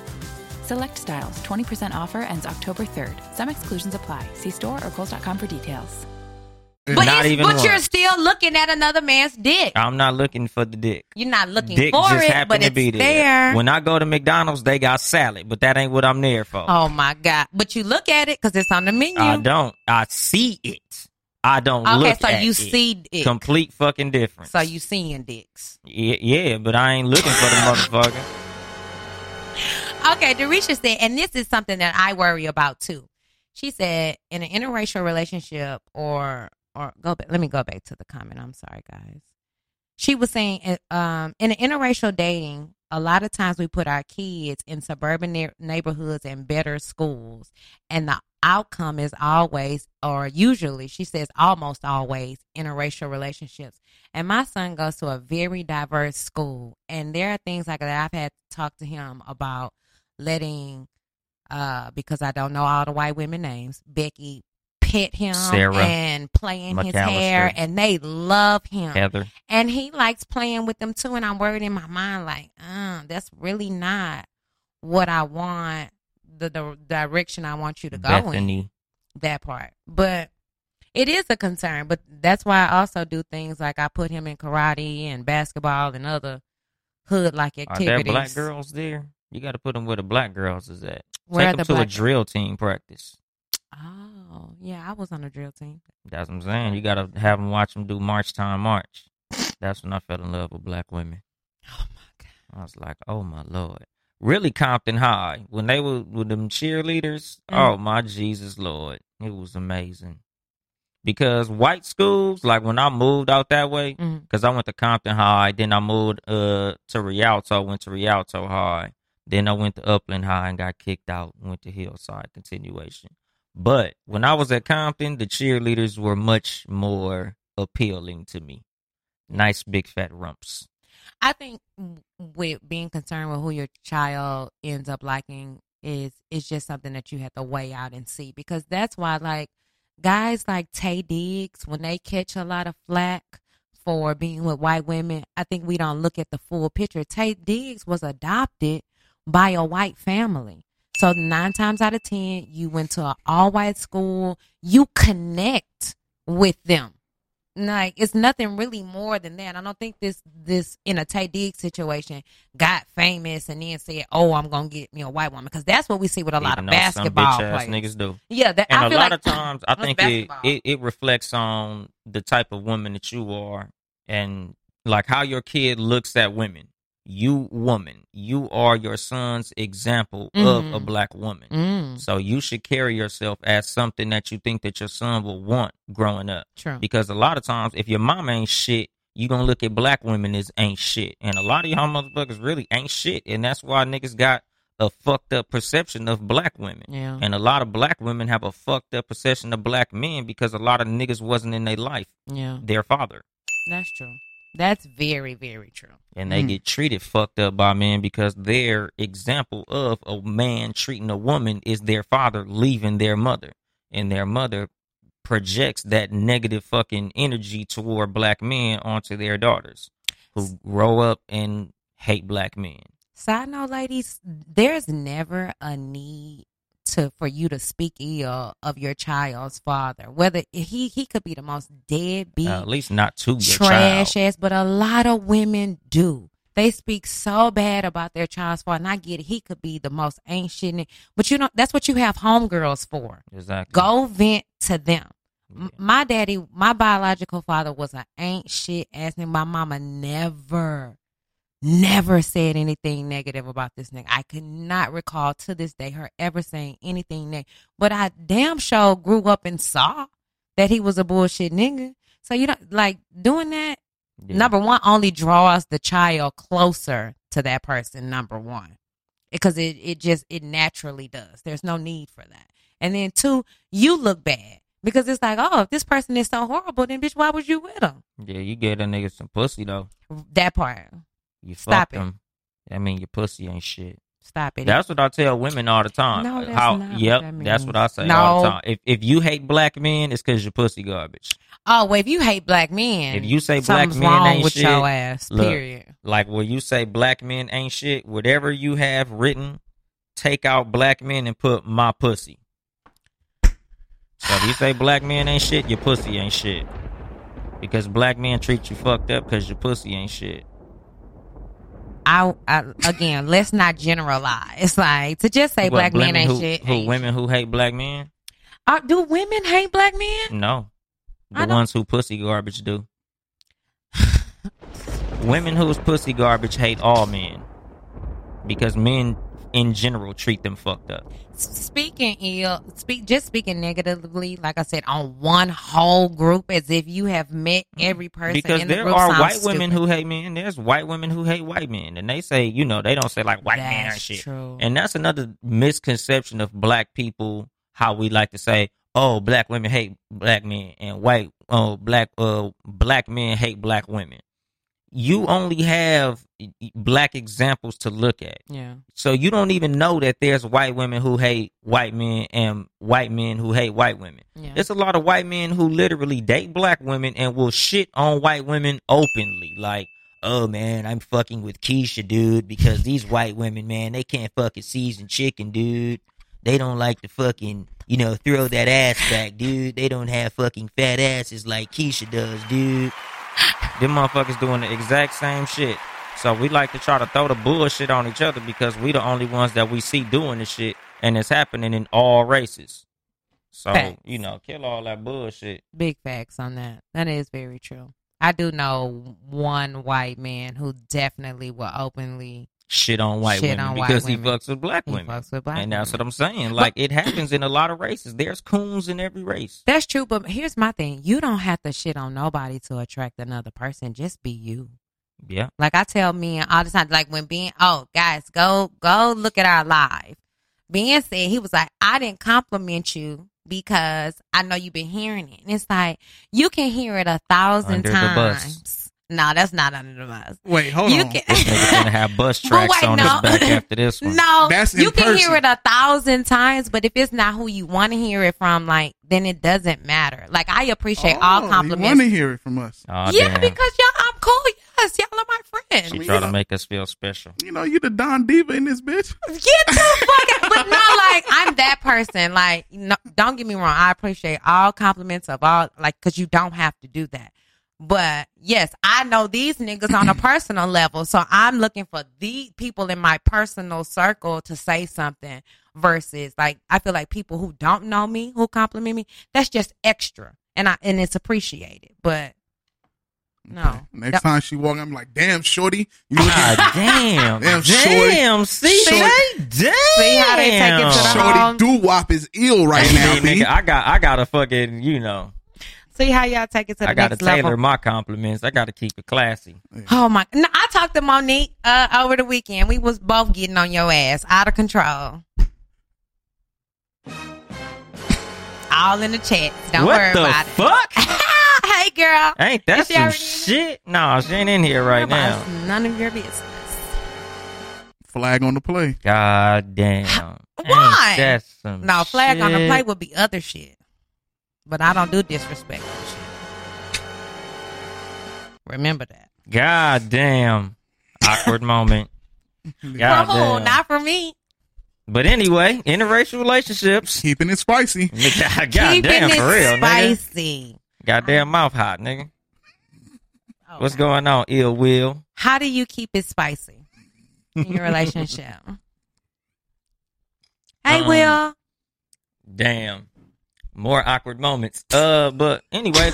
D: Select styles, 20% offer ends October 3rd. Some exclusions apply. See store or Kohl's.com for details.
A: but
C: Not
A: it's-
C: even
A: but
C: one.
A: you're still looking at another man's dick.
C: I'm not looking for the dick.
A: You're not looking
C: dick
A: for
C: just
A: it, but
C: happened to
A: it's
C: be there.
A: there.
C: When I go to McDonald's, they got salad, but that ain't what I'm there for.
A: oh my god! But you look at it because it's on the menu.
C: I don't. I see it. I don't
A: Okay,
C: look
A: so
C: at
A: you
C: it.
A: see it.
C: complete fucking difference.
A: So you seeing dicks.
C: yeah, yeah, but I ain't looking for the motherfucker.
A: Okay, Derisha said, and this is something that I worry about too. She said, in an interracial relationship or or go back let me go back to the comment. I'm sorry guys. She was saying uh, um in an interracial dating, a lot of times we put our kids in suburban ne- neighborhoods and better schools and the outcome is always or usually she says almost always interracial relationships and my son goes to a very diverse school. And there are things like that I've had to talk to him about letting, uh, because I don't know all the white women names, Becky pet him
C: Sarah
A: and playing his hair.
C: McAllister.
A: And they love him.
C: Heather,
A: And he likes playing with them too. And I'm worried in my mind, like, uh, that's really not what I want, the, the direction I want you to go in.
C: Bethany,
A: that part. But it is a concern. But that's why I also do things like I put him in karate and basketball and other hood like
C: Are
A: activities.
C: there black girls there? You got to put them where the black girls is at.
A: Where
C: Take
A: are
C: them
A: the
C: to a
A: black-
C: drill team practice.
A: Oh, yeah, I was on a drill team.
C: That's what I'm saying. You got to have them watch them do March Time March. That's when I fell in love with black women.
A: Oh my god.
C: I was like, oh my lord. Really Compton High. When they were with them cheerleaders,
A: Mhm.
C: oh my Jesus Lord. It was amazing. Because white schools, like when I moved out that way,
A: Mhm.
C: because I went to Compton High, then I moved uh to Rialto, went to Rialto High, then I went to Upland High and got kicked out, went to Hillside continuation. But when I was at Compton, the cheerleaders were much more appealing to me. Nice big fat rumps.
A: I think w- with being concerned with who your child ends up liking is is just something that you have to weigh out and see because that's why like guys like Tay Diggs when they catch a lot of flack for being with white women, I think we don't look at the full picture. Tay Diggs was adopted by a white family. So nine times out of ten, you went to an all white school, you connect with them. Like it's nothing really more than that. I don't think this this in a Tay Diggs situation got famous and then said, "Oh, I'm gonna get me a white woman," because that's what we see with a lot
C: Even
A: of
C: though some
A: basketball
C: bitch-ass
A: players.
C: niggas do.
A: Yeah, that,
C: and
A: I
C: a
A: feel
C: lot
A: like
C: of times i
A: that's
C: think it,
A: basketball.
C: it, it reflects on the type of woman that you are and like how your kid looks at women you woman you are your son's example of a
A: Mhm.
C: black woman
A: Mm,
C: so you should carry yourself as something that you think that your son will want growing up
A: true.
C: because a lot of times if your mom ain't shit you gonna look at black women as ain't shit and a lot of y'all motherfuckers really ain't shit and that's why niggas got a fucked up perception of black women
A: Yeah.
C: and a lot of black women have a fucked up possession of black men because a lot of niggas wasn't in their life,
A: Yeah.
C: their father.
A: That's true. That's very, very true.
C: And they
B: Mm.
C: get treated fucked up by men because their example of a man treating a woman is their father leaving their mother. And their mother projects that negative fucking energy toward black men onto their daughters who grow up and hate black men.
A: Side note, ladies, there's never a need to for you to speak ill of your child's father. Whether he he could be the most deadbeat,
C: Uh, at least not to your
A: trash
C: child.
A: ass, but a lot of women do. They speak so bad about their child's father, and I get it. He could be the most ancient, but you know that's what you have homegirls for.
C: Exactly.
A: Go vent to them.
C: Yeah.
A: M- my daddy, my biological father was an ain't shit ass nigga. My mama never, never said anything negative about this nigga. I could not recall to this day her ever saying anything negative. But I damn sure grew up and saw that he was a bullshit nigga. So you don't like doing that.
C: Yeah.
A: Number one, only draws the child closer to that person. Number one, because it it just it naturally does. There's no need for that. And then two, you look bad because it's like, oh, if this person is so horrible, then bitch, why was you with them?
C: yeah, you gave that nigga some pussy though.
A: That part.
C: You
A: Stop
C: fucked
A: it.
C: them. I mean, your pussy ain't shit.
A: Stop it.
C: That's what I tell women all the time. Uh,
A: No, that's
C: How?
A: not what
C: yep,
A: that
C: that's what I say
A: means.
C: all the
A: No.
C: time. If if you hate black men, it's because your pussy garbage.
A: oh, well, if you hate black men,
C: If you say black
A: something's
C: men
A: wrong
C: ain't
A: with
C: shit,
A: your ass.
C: look.
A: Period.
C: Like when you say black men ain't shit, whatever you have written, take out black men and put my pussy. So if you say black men ain't shit, your pussy ain't shit. Because black men treat you fucked up because your pussy ain't shit.
A: I, I again, let's not generalize. Like to just say
C: What,
A: black men
C: women
A: ain't
C: who,
A: shit.
C: Who
A: ain't
C: women who hate black men?
A: shit. Are- do women hate black men?
C: No. The
A: I don't-
C: ones who pussy garbage do. Women who's pussy garbage hate all men. Because men in general treat them fucked up.
A: speaking ill speak just speaking negatively like i said on one whole group as if you have met every person
C: Mm. because
A: in the
C: there
A: group
C: are
A: sounds
C: white women
A: stupid.
C: who hate men. There's white women who hate white men. And they say, you know, they don't say like white men or
A: That's
C: shit.
A: true.
C: And that's another misconception of black people, how we like to say, oh, black women hate black men and white oh black uh black men hate black women. You only have y- y- black examples to look at.
A: yeah
C: So you don't even know that there's white women who hate white men and white men who hate white women.
A: yeah
C: There's a lot of white men who literally date black women and will shit on white women openly. Like, oh man, I'm fucking with Keisha, dude, because these white women, man, they can't fucking season chicken, dude. They don't like the fucking you know, throw that ass back, dude. They don't have fucking fat asses like Keisha does, dude. Them motherfuckers doing the exact same shit. So we like to try to throw the bullshit on each other because we the only ones that we see doing this shit, and it's happening in all races. So
A: Facts.
C: you know, kill all that bullshit.
A: Big facts on that. That is very true. I do know one white man who definitely will openly
C: Shit on white
A: Shit
C: women
A: on white
C: because he
A: women.
C: fucks with black
A: he
C: women.
A: fucks with black.
C: and that's
A: women.
C: what I'm saying. Like it happens in a lot of races. There's coons in every race.
A: That's true, but here's my thing. You don't have to shit on nobody to attract another person. Just be you.
C: Yeah.
A: Like I tell men all the time, like when being oh guys, go go look at our live. Ben said he was like, I didn't compliment you because I know you've been hearing it. And it's like you can hear it a thousand
C: Under the bus.
A: times. No, that's not under the bus.
B: Wait, hold
A: you
B: on.
C: This
A: can
C: nigga's gonna have bus
A: But
C: tracks
A: wait,
C: on
A: no.
C: his back after this one.
A: No,
B: That's in
A: you can
B: person.
A: hear it a thousand times, but if it's not who you want to hear it from, like then it doesn't matter. Like I appreciate all
B: Oh, You want
A: compliments.
B: to hear it from us?
C: Aw,
A: yeah,
C: damn.
A: because y'all, I'm cool. Yes, y'all are my friends.
C: she trying to make us feel special.
B: You know, you the Don Diva in this bitch.
A: Get the fuck out. But no, like, I'm that person. Like, no, don't get me wrong. I appreciate all compliments of all, like, because you don't have to do that. But yes, I know these niggas on a personal level. So I'm looking for the people in my personal circle to say something versus, like, I feel like people who don't know me, who compliment me, that's just extra. And I, and it's appreciated. But no.
B: Next
A: That-
B: time she walk, I'm like, damn, shorty, you looking
C: Ah, damn,
B: Damn,
C: damn,
B: shorty.
C: see,
B: Shorty.
C: they- damn.
A: See how they take it to the
C: Shorty.
A: Um,
B: shorty doo wop is ill right now.
C: Hey, nigga,
B: B.
C: I got, I gotta fucking, you know,
A: See how y'all take it to the
C: I gotta
A: next
C: tailor
A: level.
C: my compliments. I gotta keep it classy.
A: Oh my! No, I talked to Monique uh, over the weekend. We was both getting on your ass, out of control. All in the chats. Don't
C: what
A: worry
C: the
A: about
C: fuck?
A: it. hey, girl.
C: Ain't that
A: Is she
C: some
A: already in
C: shit? Nah, she ain't in here right now.
A: Nobody's- None of your business.
B: Flag on the play.
C: God damn.
A: Why?
C: Ain't that some
A: No flag on the
C: shit?
A: play would be other shit, but I don't do disrespectful shit. Remember that.
C: God damn. Awkward moment. God
A: for who?
C: damn.
A: Not for me.
C: But anyway, interracial relationships.
B: Keeping it spicy.
C: God,
A: Keeping
C: damn,
A: it
C: for real, nigga.
A: spicy.
C: Goddamn mouth hot, nigga.
A: Oh,
C: What's
A: God.
C: going on, ill will?
A: How do you keep it spicy in your relationship? hey,
C: Um,
A: Will.
C: Damn. More awkward moments. Uh, but anyway,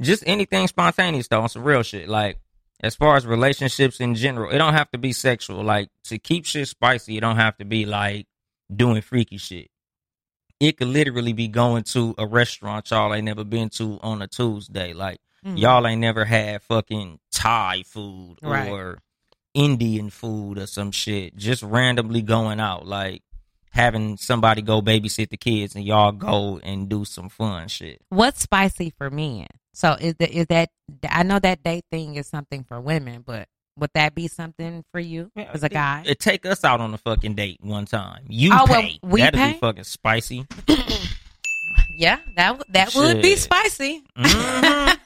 C: just anything spontaneous though, on some real shit. Like as far as relationships in general, it don't have to be sexual. Like to keep shit spicy, it don't have to be like doing freaky shit. It could literally be going to a restaurant y'all ain't never been to on a Tuesday. Like
A: Mm.
C: y'all ain't never had fucking Thai food
A: Right.
C: or Indian food or some shit. Just randomly going out, like having somebody go babysit the kids and y'all go and do some fun shit.
A: What's spicy for men? So is the, is that I know that date thing is something for women, but would that be something for you as a guy?
C: It, take us out on a fucking date one time. You
A: Oh, well,
C: pay.
A: we
C: That'd
A: pay?
C: be fucking spicy.
A: yeah, that w- that would be
C: Shit.
A: spicy.
C: Mhm.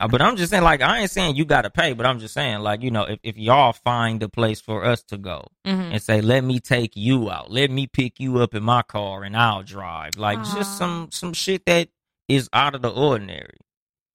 C: Uh, but I'm just saying, like, I ain't saying you gotta pay, but I'm just saying, like, you know, if, if y'all find a place for us to go,
A: Mhm.
C: and say, "Let me take you out. Let me pick you up in my car, and I'll drive." Like
A: Aw.
C: just some some shit that is out of the ordinary.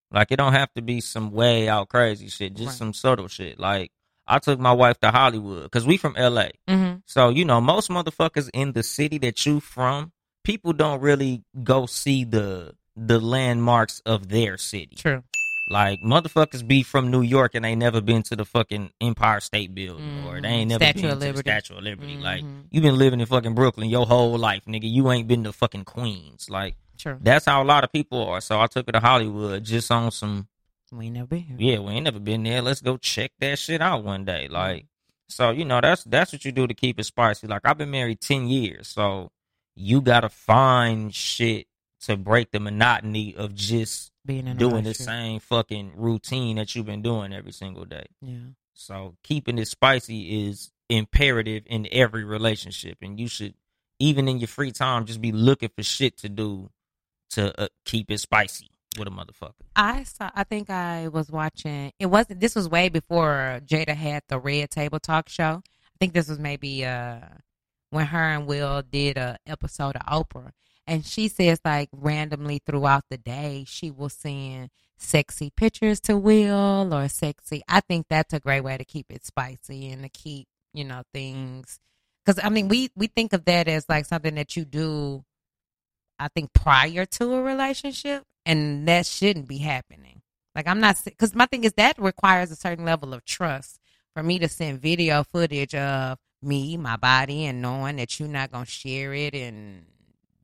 C: Like it don't have to be some way out crazy shit. Just
A: Right.
C: some subtle shit. Like I took my wife to Hollywood because we from L.A.
A: Mhm.
C: So you know, most motherfuckers in the city that you from, people don't really go see the the landmarks of their city.
A: True.
C: Like motherfuckers be from New York and they never been to the fucking Empire State Building or they ain't
A: Mhm.
C: never
A: Statue
C: been
A: of
C: to the
A: Liberty.
C: Statue of Liberty. Like
A: Mhm.
C: you been living in fucking Brooklyn your whole life, nigga. You ain't been to fucking Queens. Like
A: True.
C: that's how a lot of people are. So I took her to Hollywood just on some
A: We never been here.
C: yeah, we ain't never been there. Let's go check that shit out one day. Like, so you know, that's that's what you do to keep it spicy. Like, I've been married ten years, so you gotta find shit to break the monotony of just
A: Being in a
C: doing the
A: relationship.
C: same fucking routine that you've been doing every single day.
A: Yeah.
C: So keeping it spicy is imperative in every relationship, and you should even in your free time just be looking for shit to do to uh, keep it spicy with a motherfucker.
A: I saw. I think I was watching. It wasn't. This was way before Jada had the Red Table Talk show. I think this was maybe uh when her and Will did a episode of Oprah, And she says, like, randomly throughout the day, she will send sexy pictures to Will or sexy. I think that's a great way to keep it spicy and to keep, you know, things. Because, I mean, we, we think of that as like something that you do, I think, prior to a relationship, and that shouldn't be happening. Like, I'm not, because my thing is that requires a certain level of trust for me to send video footage of me, my body, and knowing that you're not going to share it and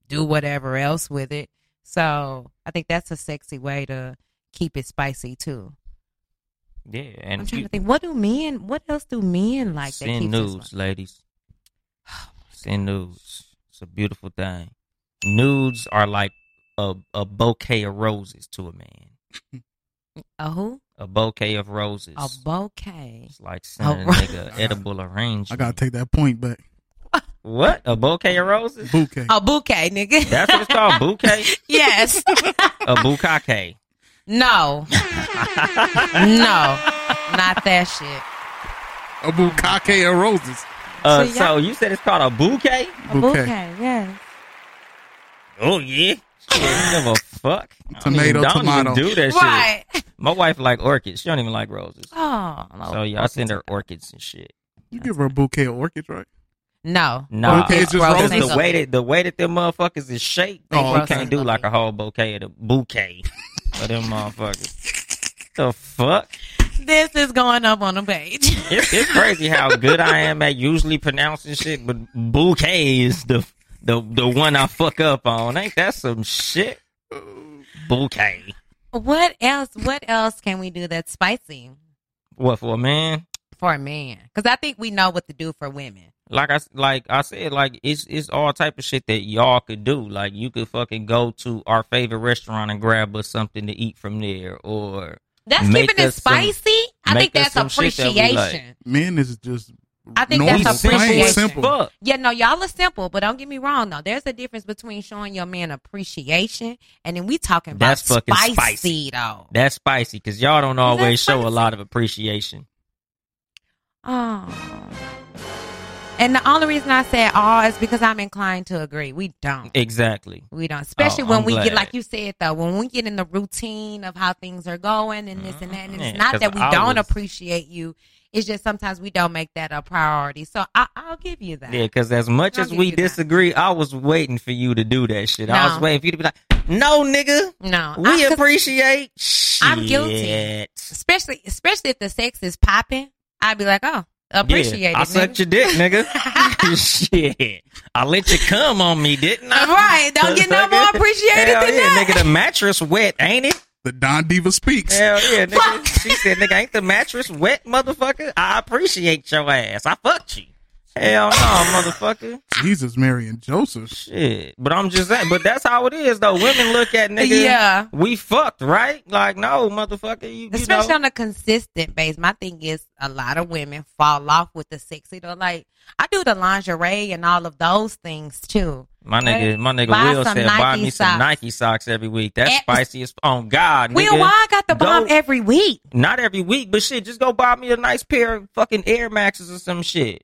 A: do whatever else with it. So I think that's a sexy way to keep it spicy too.
C: Yeah, and
A: I'm
C: if
A: trying
C: you
A: to think, what do men? What else do men like? That
C: send
A: keeps us
C: nudes, ladies. send nudes. It's a beautiful thing. Nudes are like a a bouquet of roses to a man.
A: a who?
C: A bouquet of roses.
A: A bouquet.
C: it's like sending
A: ro-
C: a nigga an edible arrangement.
B: I gotta take that point back.
C: what? A bouquet of roses?
B: Bouquet.
A: A bouquet, nigga.
C: That's what it's called. Bouquet.
A: yes.
C: A bouquet.
A: no. no. Not that shit.
B: A bouquet of roses.
C: Uh,
A: So
C: so,
A: y'all-
C: you said it's called a bouquet?
A: A
B: Bouquet.
A: bouquet. Yes.
C: Oh yeah. Shit, I don't give a fuck. I don't
B: Tomato,
C: even- I don't even
B: tomato.
C: do that shit.
A: Right.
C: My wife like orchids. She don't even like roses.
A: Oh.
C: So yeah, I send her orchids and shit.
B: You give her a bouquet of orchids, right?
A: No.
C: Nah.
B: Bouquet is just
A: Grow
B: roses?
C: Because
A: single.
C: the way that the way that them motherfuckers is shaped,
B: Oh,
C: you
B: okay.
C: can't do like a whole bouquet of the bouquet of them motherfuckers. The fuck?
A: This is going up on the page.
C: It's, it's crazy how good I am at usually pronouncing shit, but bouquet is the the the one I fuck up on. Ain't that some shit? Bouquet.
A: what else? What else can we do that's spicy
C: What for a man?
A: for a man? Because I think we know what to do for women.
C: like I s- like I said, like it's it's all type of shit that y'all could do. Like you could fucking go to our favorite restaurant and grab us something to eat from there, or
A: That's
C: Make
A: keeping it
C: us some-
A: spicy. I
C: make
A: think that's
C: us some shit that we
A: appreciation.
C: like.
B: Men is just.
A: I think
B: normal,
A: that's
B: plain,
A: appreciation.
B: simple.
C: Fuck.
A: Yeah, no, y'all are simple, but don't get me wrong though. There's a difference between showing your man appreciation and then we talking about
C: That's fucking
A: spicy,
C: spicy.
A: though.
C: That's spicy because y'all don't always show a
A: spicy?
C: lot of appreciation.
A: Oh. And the only reason I said all is because I'm inclined to agree. We don't.
C: Exactly.
A: We don't, especially
C: Eh. Oh,
A: when
C: I'm
A: we get,
C: glad.
A: like you said though, when we get in the routine of how things are going and this and that. And
C: Mm-hmm. Yeah,
A: it's not
C: 'cause
A: that we
C: I
A: don't
C: was-
A: appreciate you. It's just sometimes we don't make that a priority. So I, I'll give you that.
C: Yeah, because as much
A: I'll
C: as
A: give
C: we
A: you that.
C: disagree, I was waiting for you to do that shit. I was
A: No.
C: waiting for you to be like, "No, nigga,
A: No,
C: we
A: I- 'cause
C: appreciate."
A: I'm guilty.
C: shit."
A: especially especially if the sex is popping. I'd be like, oh, appreciate
C: yeah,
A: it.
C: I
A: nigga.
C: sucked your dick, nigga. Shit. I let you come on me, didn't I?
A: right? Don't get no
C: Nigga.
A: more appreciated
C: Hell
A: than
C: yeah,
A: that.
C: nigga, the mattress wet, ain't it?
B: The Don Diva speaks.
C: Hell yeah,
A: Fuck.
C: nigga. She said, nigga, ain't the mattress wet, motherfucker? I appreciate your ass. I fucked you. Hell no, motherfucker.
B: Jesus, Mary, and Joseph.
C: Shit. But I'm just saying, but that's how it is, though. Women look at nigga,
A: Yeah.
C: we fucked, right? Like, no, motherfucker, you, you
A: Especially
C: know.
A: on a consistent base. My thing is a lot of women fall off with the sexy though. Like I do the lingerie and all of those things too.
C: My nigga, my nigga
A: Buy
C: Will
A: some
C: said, buy
A: Nike
C: me some
A: socks."
C: Nike socks every week. That's
A: Eh,
C: spicy as on God, nigga.
A: Will, why I got the
C: Go-
A: bomb every week?
C: not every week, but shit, just go buy me a nice pair of fucking Air Maxes or some shit.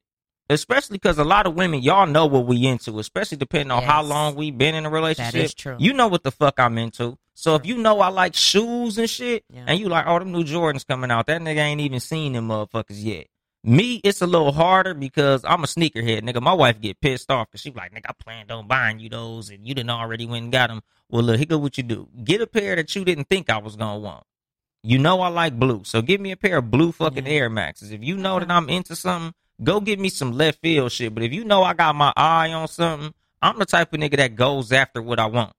C: Especially because a lot of women, y'all know what we into. Especially depending on how
A: Yes.
C: long we been in a relationship.
A: true.
C: You know what the fuck I'm into. So if you know I like shoes and shit,
A: Yeah.
C: and you like, oh, them new Jordans coming out, that nigga ain't even seen them motherfuckers yet. Me, it's a little harder because I'm a sneakerhead, nigga. My wife get pissed off because she be like, nigga, I planned on buying you those, and you didn't already went and got them. Well, look, here go what you do. Get a pair that you didn't think I was gonna want. You know I like blue, so give me a pair of blue fucking
A: Yeah.
C: Air Maxes. If you know that I'm into something, go give me some left field shit. But if you know I got my eye on something, I'm the type of nigga that goes after what I want.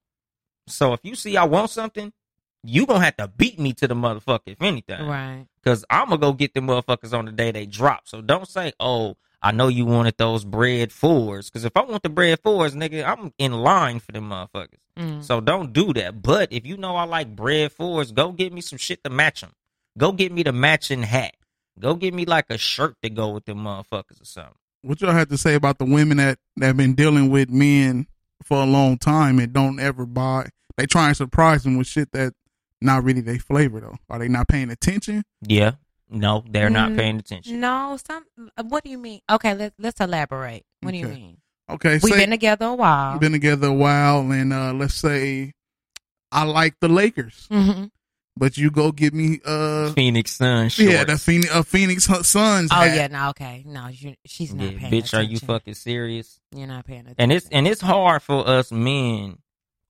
C: So if you see I want something, you gonna have to beat me to the motherfucker if anything,
A: Right.
C: Cause I'm gonna go get them motherfuckers on the day they drop. So don't say, oh, I know you wanted those bread fours. Cause if I want the bread fours, nigga, I'm in line for them motherfuckers.
A: Mm.
C: So don't do that. But if you know I like bread fours, go get me some shit to match them. Go get me the matching hat. Go get me like a shirt to go with them motherfuckers or something.
B: What y'all have to say about the women that that been dealing with men for a long time and don't ever buy? They try and surprise them with shit that not really they flavor though. Are they not paying attention?
C: Yeah. No, they're not
A: Mm,
C: paying attention.
A: uh, No, some. What do you mean? Okay, let, let's elaborate. What do you
B: Okay.
A: mean?
B: Okay,
A: We've
B: say-
A: been together a while.
B: We've been together a while, and uh, let's say I like the Lakers,
A: hmm
B: but you go get me uh
C: Phoenix Sun shorts.
B: yeah the Phoenix uh, Phoenix Suns.
A: Oh
B: hat.
A: yeah, no, okay, no, you, she's not
C: Yeah,
A: paying.
C: bitch, are you
A: attention.
C: fucking serious?
A: You're not paying attention.
C: And it's and it's hard for us men,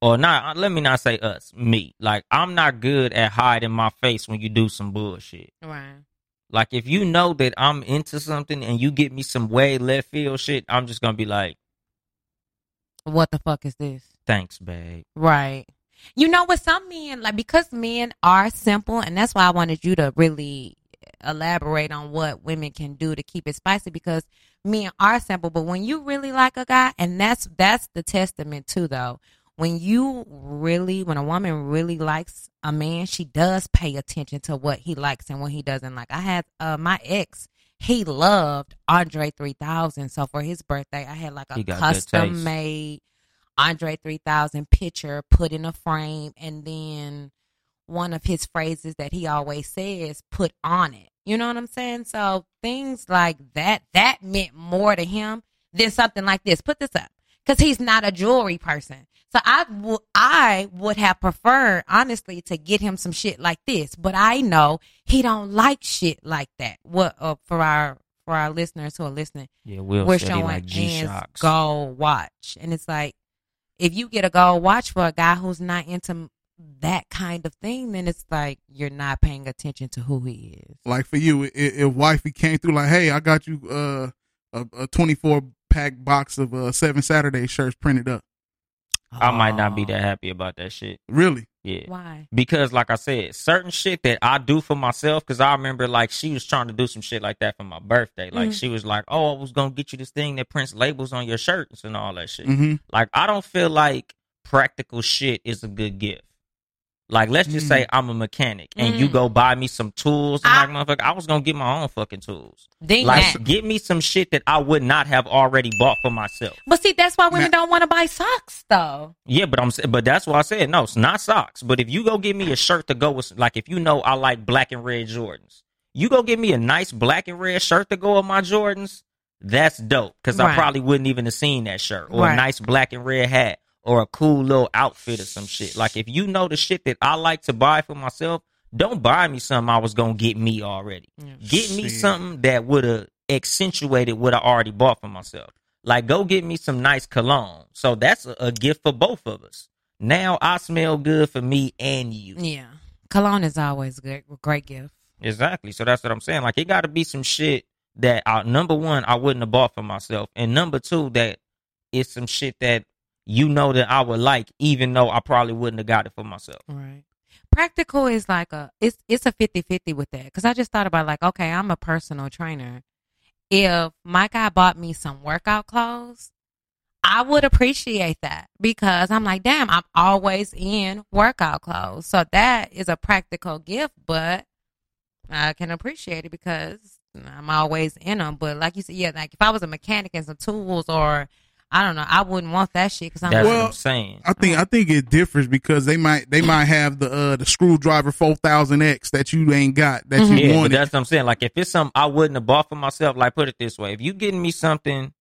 C: or not. uh, Let me not say us, me. Like I'm not good at hiding my face when you do some bullshit.
A: right.
C: Like if you know that I'm into something and you get me some way left field shit, I'm just gonna be like,
A: What the fuck is this?
C: thanks, babe.
A: Right. You know what? Some men like because men are simple, and that's why I wanted you to really elaborate on what women can do to keep it spicy because men are simple. But when you really like a guy, and that's that's the testament too, though. When you really, when a woman really likes a man, she does pay attention to what he likes and what he doesn't like. I had uh, my ex; he loved Andre three thousand. So for his birthday, I had like a
C: He got good
A: custom
C: taste.
A: made Andre 3000 picture put in a frame and then one of his phrases that he always says put on it. You know what I'm saying? So things like that that meant more to him than something like this. Put this up cuz he's not a jewelry person. So I wou- I would have preferred honestly to get him some shit like this, but I know he don't like shit like that. What uh, for our for our listeners who are listening
C: Yeah, Will
A: we're
C: said he
A: showing
C: like G
A: hands
C: shocks.
A: gold watch, and it's like if you get a gold watch for a guy who's not into that kind of thing, then it's like you're not paying attention to who he is.
B: Like for you, if, if wifey came through like, hey, I got you uh, a a twenty four pack box of uh, seven Saturday shirts printed up.
C: I might not be
A: Aw.
C: that happy about that shit.
B: Really?
C: Yeah.
A: Why?
C: Because, like I said, certain shit that I do for myself, because I remember, like, she was trying to do some shit like that for my birthday. Like,
A: Mhm.
C: she was like, oh, I was going to get you this thing that prints labels on your shirts and all that shit.
B: hmm
C: Like, I don't feel like practical shit is a good gift. Like, let's just
B: Mm.
C: say I'm a mechanic and you
A: Mm.
C: go buy me some tools. And,
A: I-
C: like, motherfucker, I was going to get my own fucking tools.
A: Then
C: Like,
A: that.
C: get me some shit that I would not have already bought for myself.
A: But see, that's why women
B: Now-
A: don't want to buy socks, though.
C: Yeah, but I'm s- but that's why I said no. It's not socks. But if you go get me a shirt to go with, like if you know I like black and red Jordans, you go get me a nice black and red shirt to go with my Jordans. That's dope because
A: Right.
C: I probably wouldn't even have seen that shirt or
A: Right.
C: a nice black and red hat or a cool little outfit or some shit. Like if you know the shit that I like to buy for myself, don't buy me something I was gonna get me already. Get me
B: Shit.
C: something that would have accentuated what I already bought for myself. Like, go get me some nice cologne. So that's a, a gift for both of us. Now I smell good for me and you.
A: Yeah, cologne is always good, great gift.
C: Exactly. So that's what I'm saying. Like, it got to be some shit that I, number one, I wouldn't have bought for myself, and number two, that it's some shit that you know that I would like, even though I probably wouldn't have got it for myself.
A: Right. Practical is like a it's it's a 50-50 with that cuz I just thought about like okay, I'm a personal trainer. If my guy bought me some workout clothes, I would appreciate that because I'm like, damn, I'm always in workout clothes. So that is a practical gift, but I can appreciate it because I'm always in them. But like you said, yeah, like if I was a mechanic and some tools or I don't know, I wouldn't want that shit because I'm
C: That's
A: like,
C: what
B: Well,
C: I'm saying.
B: I think I think it differs because they might they might have the uh, the screwdriver four thousand X that you ain't got that
A: Mm-hmm.
B: you
C: Yeah, but
B: wanted.
C: that's what I'm saying. Like, if it's something I wouldn't have bought for myself, like, put it this way: if you getting me something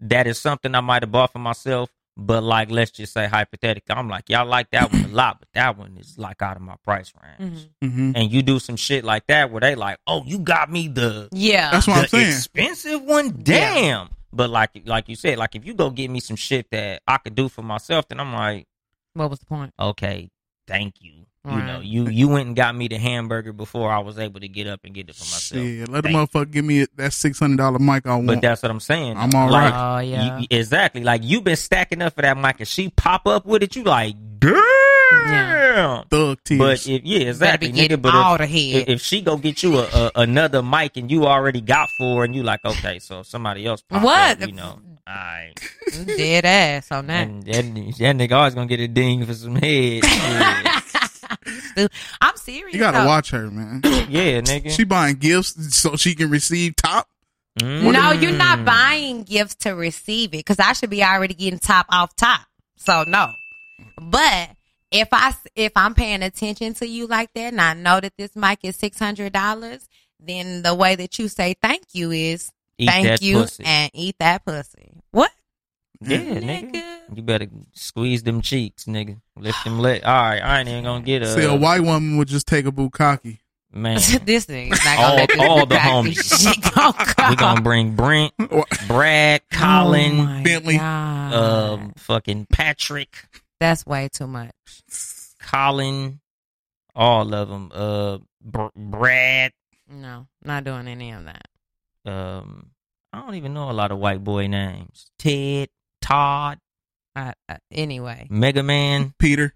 C: that is something I might have bought for myself, but like, let's just say hypothetically, I'm like, y'all like that one a lot, but that one is like out of my price range.
A: Mhm.
B: hmm
C: And you do some shit like that where they like, oh, you got me the
A: yeah.
B: That's what I'm
C: the
B: saying.
C: expensive one. Damn. But like, like you said, like if you go get me some shit that I could do for myself, then I'm like,
A: what was the point?
C: okay, thank you. You know,
A: Right.
C: you you went and got me the hamburger before I was able to get up and get it for myself.
B: Shit, let the
C: Thank
B: motherfucker give me that six hundred dollar mic I want.
C: But that's what I'm saying.
B: I'm all
C: like,
A: right. Oh,
C: you-
A: yeah.
C: you- exactly. Like you've been stacking up for that mic, and she pop up with it. You like, damn.
B: thug tears.
C: But if yeah, exactly,
A: Better be
C: nigga.
A: getting
C: But
A: all
C: if,
A: the
C: if,
A: head.
C: if she go get you a, a another mic and you already got four, and you like, okay, so if somebody else, pop
A: What?
C: Up, you know, all right.
A: dead ass on that.
C: And that, that nigga always gonna get a ding for some head. Yeah,
A: Dude, I'm serious.
B: you gotta
A: though.
B: watch her, man.
C: Yeah, nigga.
B: she buying gifts so she can receive top.
A: No, you're
C: Mm.
A: not buying gifts to receive it because I should be already getting top off top. So no. But if I s- if I'm paying attention to you like that, and I know that this mic is six hundred dollars, then the way that you say thank you is
C: Eat
A: thank
C: that
A: you
C: pussy.
A: and eat that pussy. What?
C: Yeah, nigga.
A: nigga.
C: You better squeeze them cheeks, nigga. Lift them leg. All right, I ain't even gonna get a
B: See, a white woman would just take a bukkake.
C: man.
A: this nigga's not
C: All-
A: gonna let this
C: all the
A: Bugatti
C: homies.
A: shit go
C: We gonna bring Brent, Brad,
A: Oh
C: Colin,
A: my
B: Bentley.
A: God.
C: um, fucking Patrick,
A: That's way too much.
C: Colin, all of them. Uh, Br- Brad.
A: No, not doing any of that.
C: Um, I don't even know a lot of white boy names. Ted, Todd,
A: Uh, uh, anyway,
C: Mega Man,
B: Peter.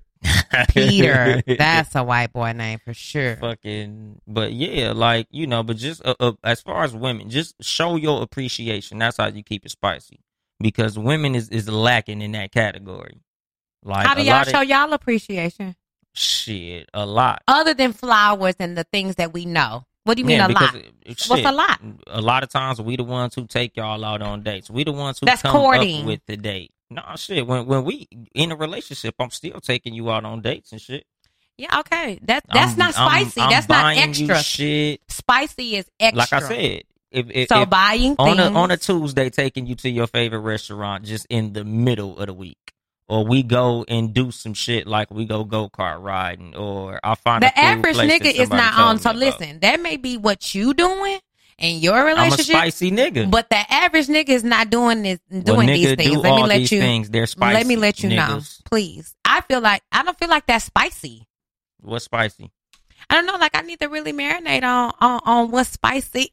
A: Peter. that's a white boy name for sure.
C: fucking but yeah like you know but just uh, uh, as far as women just show your appreciation that's how you keep it spicy because women is, is lacking in that category like
A: How do
C: a
A: y'all
C: lot of-
A: show y'all appreciation?
C: shit a lot
A: Other than flowers and the things that we know. What do Oh, you mean a
C: Yeah,
A: lot?
C: because it- it-
A: What's
C: shit,
A: a lot?
C: a lot of times we the ones who take y'all out on dates we the ones who
A: That's
C: come
A: courting.
C: up with the date no shit when when we in a relationship i'm still taking you out on dates and shit
A: Yeah, okay. That that's
C: I'm-
A: not
C: I'm-
A: spicy.
C: I'm
A: that's not
C: buying you
A: extra.
C: shit
A: Spicy is extra.
C: like i said if, if,
A: so
C: if
A: buying
C: on
A: things
C: a on a Tuesday, taking you to your favorite restaurant just in the middle of the week, or we go and do some shit like we go go kart riding, or I find a
A: the
C: cool
A: average
C: place that
A: nigga is
C: somebody
A: not
C: told
A: on.
C: me
A: So
C: about.
A: listen, that may be what you doing in your
C: I'm a
A: relationship,
C: spicy nigga.
A: but the average nigga is not doing this, doing
C: Well,
A: these
C: nigga
A: things.
C: do
A: Let me
C: all
A: let
C: these
A: you.
C: things. They're spicy.
A: let me let you know,
C: niggas.
A: please. I feel like I don't feel like that's spicy.
C: What's spicy?
A: I don't know. Like I need to really marinate on on, on what's spicy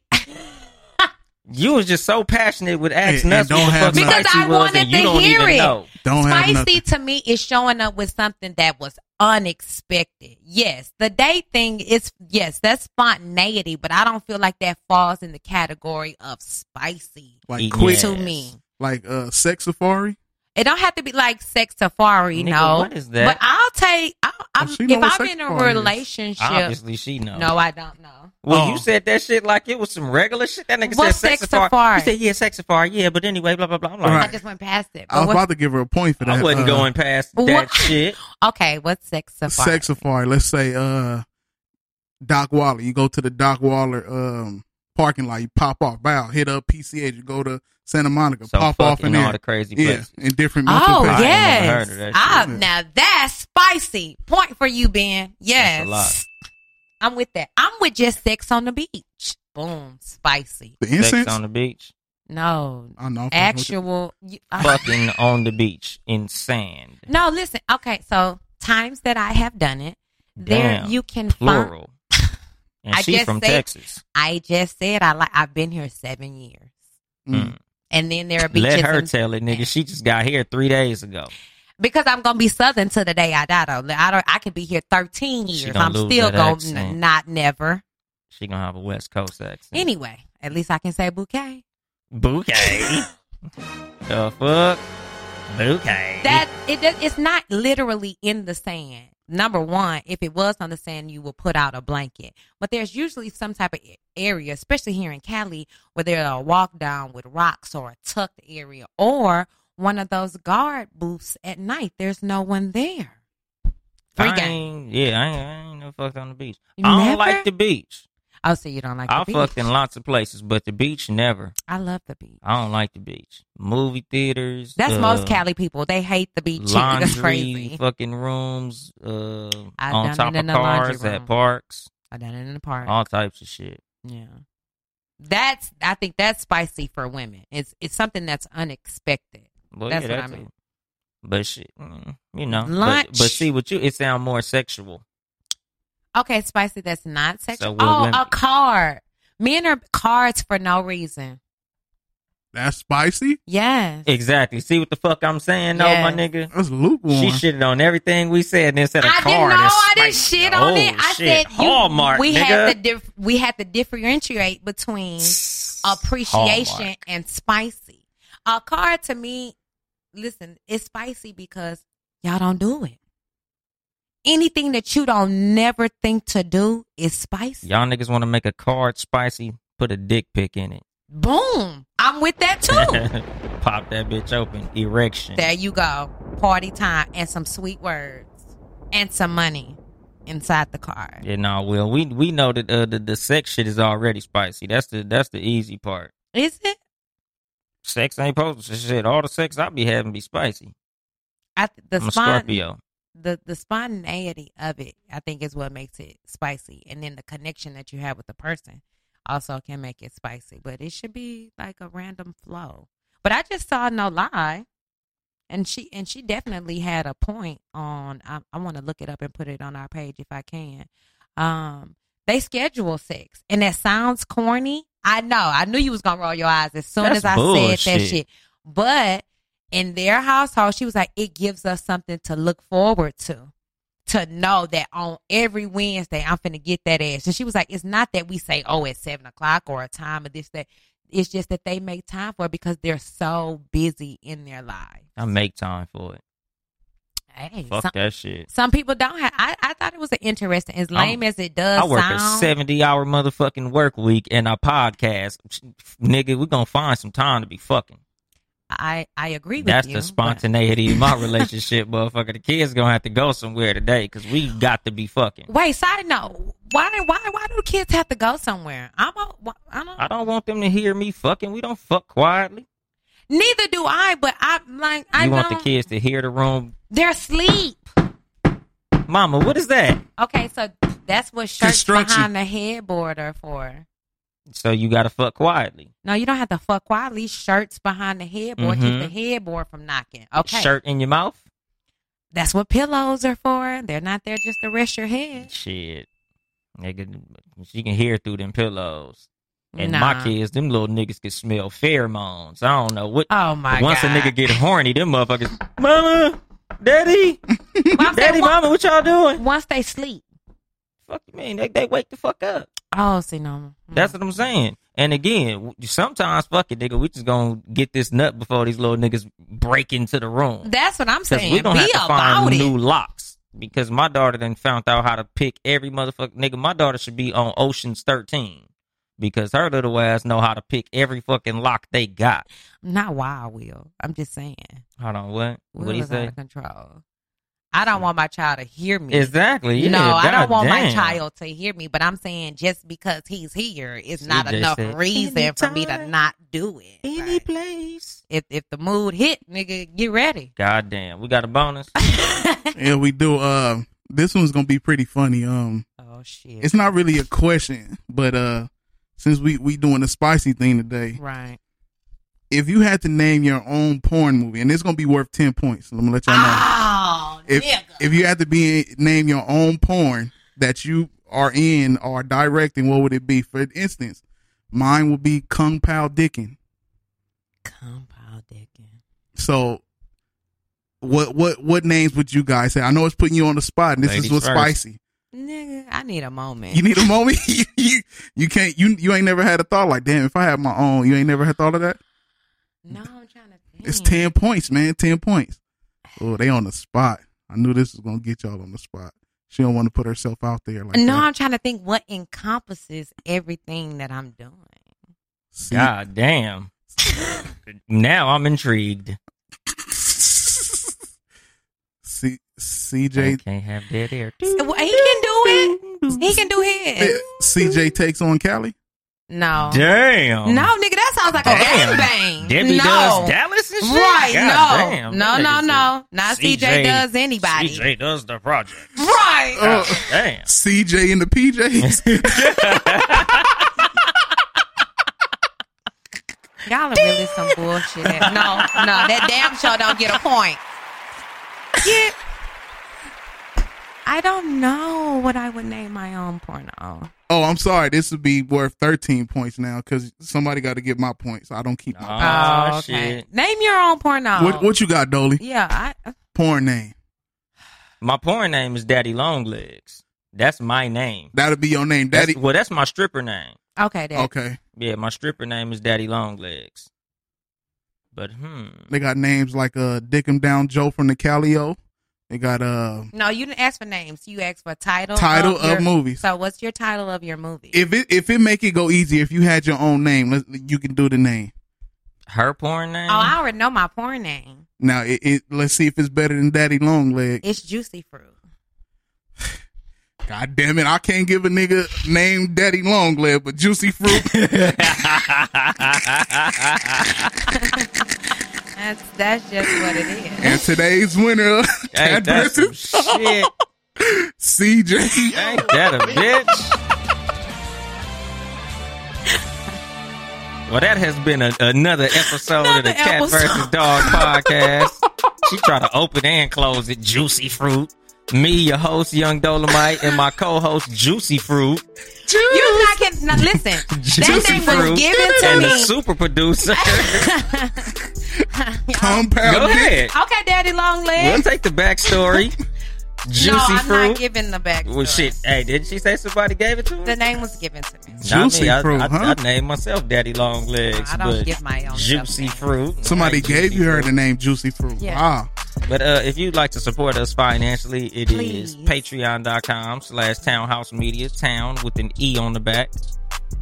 C: You was just so passionate with
B: And- and
C: asking us what
B: don't
C: the
B: have
C: fuck
B: nothing.
C: spicy
A: Because I
C: was,
A: wanted
C: and you
A: to
C: don't
A: hear
C: even
A: it.
C: know.
B: Don't have
A: spicy
B: nothing.
A: to me is showing up with something that was unexpected. Yes, the date thing is yes, that's spontaneity, but I don't feel like that falls in the category of spicy
B: Like
C: Eat
B: quick,
C: ass.
A: to me.
B: like uh, sex safari.
A: It don't have to be like sex safari,
C: Nigga,
A: no.
C: what is that?
A: But I'll take. I, I'm,
B: Well, she know
A: if
B: what
A: I'm
B: sex
A: in a
B: safari is.
A: relationship,
C: Obviously, she know.
A: no, I don't know.
C: Well,
B: Oh.
C: you said that shit like it was some regular shit. That nigga
A: What's
C: said
A: sex
C: safari.
A: safari?
C: You said yeah, sex safari. Yeah, but anyway, blah blah blah. I'm like,
A: I
B: Right.
A: just went past it.
B: I
A: But
B: was
A: what,
B: about to give her a point for that.
C: I wasn't
B: uh,
C: going past that
A: What?
C: shit.
A: okay, what's sex safari?
B: sex safari. Let's say uh, Doc Waller. You go to the Doc Waller um, parking lot. You pop off. Bow. Hit up PCH. You go to Santa Monica.
C: So
B: pop off
C: fucking
B: in
C: all
B: there.
C: the crazy
B: Yeah,
C: places.
B: in different.
A: Oh
B: multiple places.
C: yeah. I ain't never
A: yes,
C: heard of that
A: Ah,
B: shit.
A: now that's spicy. Point for you, Ben. Yes,
C: a lot.
A: I'm with that. I'm with just sex on the beach. Boom, spicy.
B: The
C: Sex
B: incense.
C: on the beach.
A: No,
B: I know. I'm fucking with you.
A: actual. you- I-
C: fucking on the beach in sand.
A: no, listen. Okay, so times that I have done it, there
C: Damn,
A: you can find.
C: Plural. And
A: I
C: she's
A: just
C: from
A: say-
C: Texas.
A: I just said I like. I've been here seven years,
B: Mm.
A: and then there'll be
C: Let
A: just
C: her
A: some-
C: tell it, nigga. She just got here three days ago.
A: because I'm gonna be Southern to the day I die. Though I don't, I could be here 13
C: She
A: years.
C: gonna
A: I'm
C: lose
A: still
C: that
A: going
C: accent.
A: n- not never.
C: She gonna have a West Coast accent.
A: Anyway, at least I can say bouquet.
C: bouquet. the fuck, bouquet.
A: That it does- it's not literally in the sand. Number one, if it was on the sand, you would put out a blanket. But there's usually some type of a- area, especially here in Cali, where there are walk down with rocks or a tucked area or one of those guard booths at night. There's no one there. Free
C: I
A: game.
C: ain't- Yeah, I ain't, I ain't no fucked on the beach.
A: You
C: I don't
A: never?
C: like the beach.
A: Oh, so you don't like
C: I
A: the beach?
C: fucked in lots of places, but the beach never.
A: I love the beach.
C: I don't like the beach. Movie theaters.
A: That's
C: uh,
A: most Cali people. They hate the beach. That's
C: laundry
A: crazy.
C: fucking rooms uh,
A: I done
C: on top
A: it in
C: of
A: the laundry
C: cars at
A: room.
C: parks,
A: I done it in the park.
C: all types of shit.
A: Yeah. That's I think that's spicy for women. It's it's something that's unexpected.
C: Well,
A: That's
C: yeah,
A: what
C: that
A: I mean.
C: too. But shit, mm, you know, but-
A: Lunch.
C: But, see, with you, it sound more sexual.
A: Okay, spicy that's not sexual.
C: we're
A: oh,
C: women.
A: a card. Men are cards for no reason.
B: That's spicy.
A: Yes.
C: Exactly. See what the fuck I'm saying, though, my
A: Yes.
C: nigga.
B: That's lukewarm.
C: She shitted on everything we said, and then said a
A: I
C: card.
A: didn't know.
C: and
A: I didn't
C: spicy.
A: shit on
C: oh,
A: it. I
C: shit.
A: said you,
C: Hallmark.
A: We
C: nigga.
A: had to dif- we had to differentiate between appreciation
C: Hallmark.
A: and spicy. A card to me, listen, it's spicy because y'all don't do it. Anything that you don't never think to do is spicy.
C: Y'all niggas want to make a card spicy? Put a dick pic in it.
A: Boom. I'm with that too.
C: Pop that bitch open. Erection.
A: there you go. Party time and some sweet words and some money inside the car.
C: Yeah, no, Will. We we know that uh, the the sex shit is already spicy. That's the that's the easy part.
A: Is it?
C: Sex ain't supposed to shit. All the sex I be having be spicy.
A: I th- the
C: I'm a
A: spon-
C: Scorpio.
A: the the spontaneity of it, I think, is what makes it spicy, and then the connection that you have with the person also can make it spicy. But it should be like a random flow. But I just saw no lie, and she and she definitely had a point on. I, I want to look it up and put it on our page if I can. Um, they schedule sex, and that sounds corny. I know. I knew you was gonna roll your eyes as soon
C: That's
A: as I said that
C: bullshit.
A: shit, but in their household, she was like, it gives us something to look forward to. To know that on every Wednesday, I'm finna get that ass. And she was like, it's not that we say, oh, at seven o'clock or a time of this, that. It's just that they make time for it because they're so busy in their life.
C: I make time for it.
A: Hey,
C: Fuck
A: some,
C: that shit.
A: some people don't have. I, I thought it was interesting. As lame as it does
C: I work
A: sound,
C: a seventy hour motherfucking work week and I podcast. Nigga, we gonna find some time to be fucking.
A: I I agree with
C: That's
A: you.
C: the
A: but-
C: spontaneity of my relationship, motherfucker. The kids gonna have to go somewhere today because we got to be fucking.
A: Wait, side note. Why why why do kids have to go somewhere? I'm a, I don't.
C: I don't want them to hear me fucking. We don't fuck quietly.
A: Neither do I. But I'm like I
C: you want the
A: don't-
C: kids to hear the room,
A: They're asleep.
C: Mama? What is that?
A: Okay, so that's what shirts
B: Construction.
A: behind the headboard are for.
C: So you gotta fuck quietly.
A: No, you don't have to fuck quietly. Shirts behind the headboard
C: Mhm.
A: keep the headboard from knocking. Okay,
C: Shirt in your mouth.
A: that's what pillows are for. They're not there just to rest your head.
C: Shit, nigga, she can hear through them pillows. And
A: Nah.
C: my kids, them little niggas can smell pheromones. I don't know what.
A: Oh my
C: once
A: god!
C: a nigga get horny, them motherfuckers, Mama, Daddy,
A: Well, I'm saying
C: Daddy,
A: once,
C: Mama, what y'all doing?
A: once they sleep.
C: Fuck you, mean? They, they wake the fuck up.
A: Oh, see no. mm.
C: That's what I'm saying. And again, w- sometimes fuck it, nigga. We just gonna get this nut before these little niggas break into the room.
A: That's what I'm saying.
C: we gonna
A: Be
C: have to
A: about
C: find
A: it.
C: new locks. Because my daughter then found out how to pick every motherfucker nigga. My daughter should be on Ocean's 13 because her little ass know how to pick every fucking lock they got.
A: Not wild, Will. I'm just saying.
C: Hold on, what?
A: Will
C: what do you
A: is out
C: say? Mm.
A: of control. I don't want my child to hear me.
C: Exactly. Yeah,
A: no, I don't want my
C: goddamn.
A: child to hear me, but I'm saying just because he's here is
C: She
A: not
C: just
A: enough
C: said,
A: reason for me to
C: "Anytime,
A: not do it.
C: Any
A: Like,
C: place.
A: if if the mood hit, nigga, get ready.
C: Goddamn. We got a bonus.
B: yeah, we do. Uh, this one's gonna be pretty funny. Um,
A: oh shit.
B: it's not really a question, but uh, since we we doing the spicy thing today,
A: right.
B: if you had to name your own porn movie, and it's gonna be worth ten points. Let me let y'all know.
A: Oh,
B: if
A: nigga.
B: if you had to be name your own porn that you are in or directing, what would it be? For instance, mine would be Kung Pao Dickin.
A: Compound dickin.
B: So, what what what names would you guys say? I know it's putting you on the spot, and this
C: Ladies
B: is what's
C: first.
B: spicy.
A: Nigga, I need a moment.
B: You need a moment. you, you you can't you you ain't never had a thought like damn. If I had my own, you ain't never had thought of that.
A: no, I'm trying to think.
B: It's ten points, man. Ten points. Oh, they on the spot. I knew this was gonna get y'all on the spot. She don't want to put herself out there like
A: No,
B: that.
A: I'm trying to think what encompasses everything that I'm doing.
B: See?
C: God damn. now I'm intrigued.
B: C-
C: They
B: CJ
C: can't have dead air.
A: Well, he can do it. He can do his.
B: CJ eh, takes on Cali.
A: No.
C: Damn.
A: No, nigga, that sounds like
C: Damn.
A: a gangbang.
C: Debbie
A: no.
C: does Dallas and shit?
A: Right,
C: God
A: no.
C: damn,
A: no,
C: that
A: no,
C: nigga
A: no. Not CJ,
C: CJ
A: does
C: said,
A: anybody. Oh.
C: CJ does the project.
A: Right.
B: Uh,
C: God damn.
B: CJ and the PJs.
A: Y'all are really some bullshit. No, no, that damn show don't get a point. Get. I don't know what I would name my own porno.
B: oh, I'm sorry. This would be worth 13 points now because somebody got to get my points. I don't keep my.
C: Oh, shit.
A: Name your own porno.
B: What, what you got, Dolly?
A: Yeah, I,
B: Porn name.
C: My porn name is Daddy Longlegs. That's my name.
B: That'll be your name,
C: That's-
B: Daddy.
C: well, that's my stripper name.
A: Okay, then.
B: Okay,
C: Yeah, my stripper name is Daddy Longlegs. But hmm.
B: they got names like uh Dickem Down Joe from the Calio. They got uh
A: No, you didn't ask for names. You asked for title.
B: title
A: your,
B: of movies.
A: So, what's your title of your movie?
B: If it if it make it go easy, if you had your own name, let, you can do the name.
C: Her porn name?
A: oh, I already know my porn name.
B: Now it, it let's see if it's better than Daddy Longleg.
A: It's Juicy Fruit.
B: God damn it, I can't give a nigga named Daddy Longleg, but Juicy Fruit.
A: That's that's just what it is.
B: and today's winner,
C: Ain't
B: Tad
C: that some
B: versus
C: shit?
B: CJ.
C: Ain't that a bitch? Well, that has been a, another episode of the
A: Another
C: Cat
A: episode.
C: versus Dog podcast. she tried to open and close it, Juicy Fruit. Me, your host, Young Dolomite, and my co-host, Juicy Fruit,
A: You not getting now, listen. that
C: Juicy
A: name
C: Fruit,
A: was given to
C: and
A: me.
C: the super producer.
B: Compound.
C: Go
B: Dick.
C: ahead.
A: okay, Daddy Long
C: We'll
A: Legs.
C: take the backstory. Juicy
A: no, I'm
C: Fruit.
A: not giving the back.
C: well, shit. Hey, didn't she say somebody gave it to her?
A: The name was given to me.
C: Not
B: Juicy
C: me. I,
B: fruit,
C: I,
B: huh?
C: I named myself Daddy Long Legs.
A: I don't
C: but
A: give my own
C: Juicy
A: stuff
C: Fruit.
B: Somebody
C: Like
B: gave
C: Juicy
B: you her
C: Fruit.
B: the name Juicy Fruit.
A: Yeah.
B: Wow.
C: But uh, if you'd like to support us financially, it is
A: Please.
C: patreon.com slash townhouse media, town with an E on the back.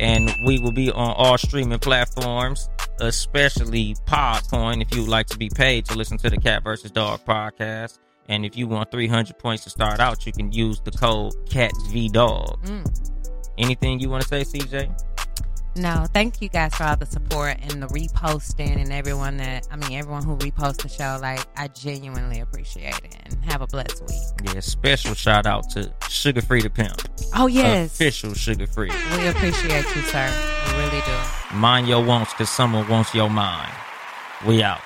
C: And we will be on all streaming platforms, especially Podcoin, if you'd like to be paid to listen to the Cat versus Dog podcast. And if you want 300 points to start out, you can use the code CATVDOG.
A: Mm.
C: Anything you want to say, CJ?
A: No, thank you guys for all the support and the reposting and everyone that I mean everyone who reposts the show. Like I genuinely appreciate it and have a blessed week.
C: Yeah, special shout out to Sugar Free the Pimp.
A: Oh yes,
C: Official Sugar Free.
A: we appreciate you, sir. We really do.
C: Mind your wants because someone wants your mind. We out.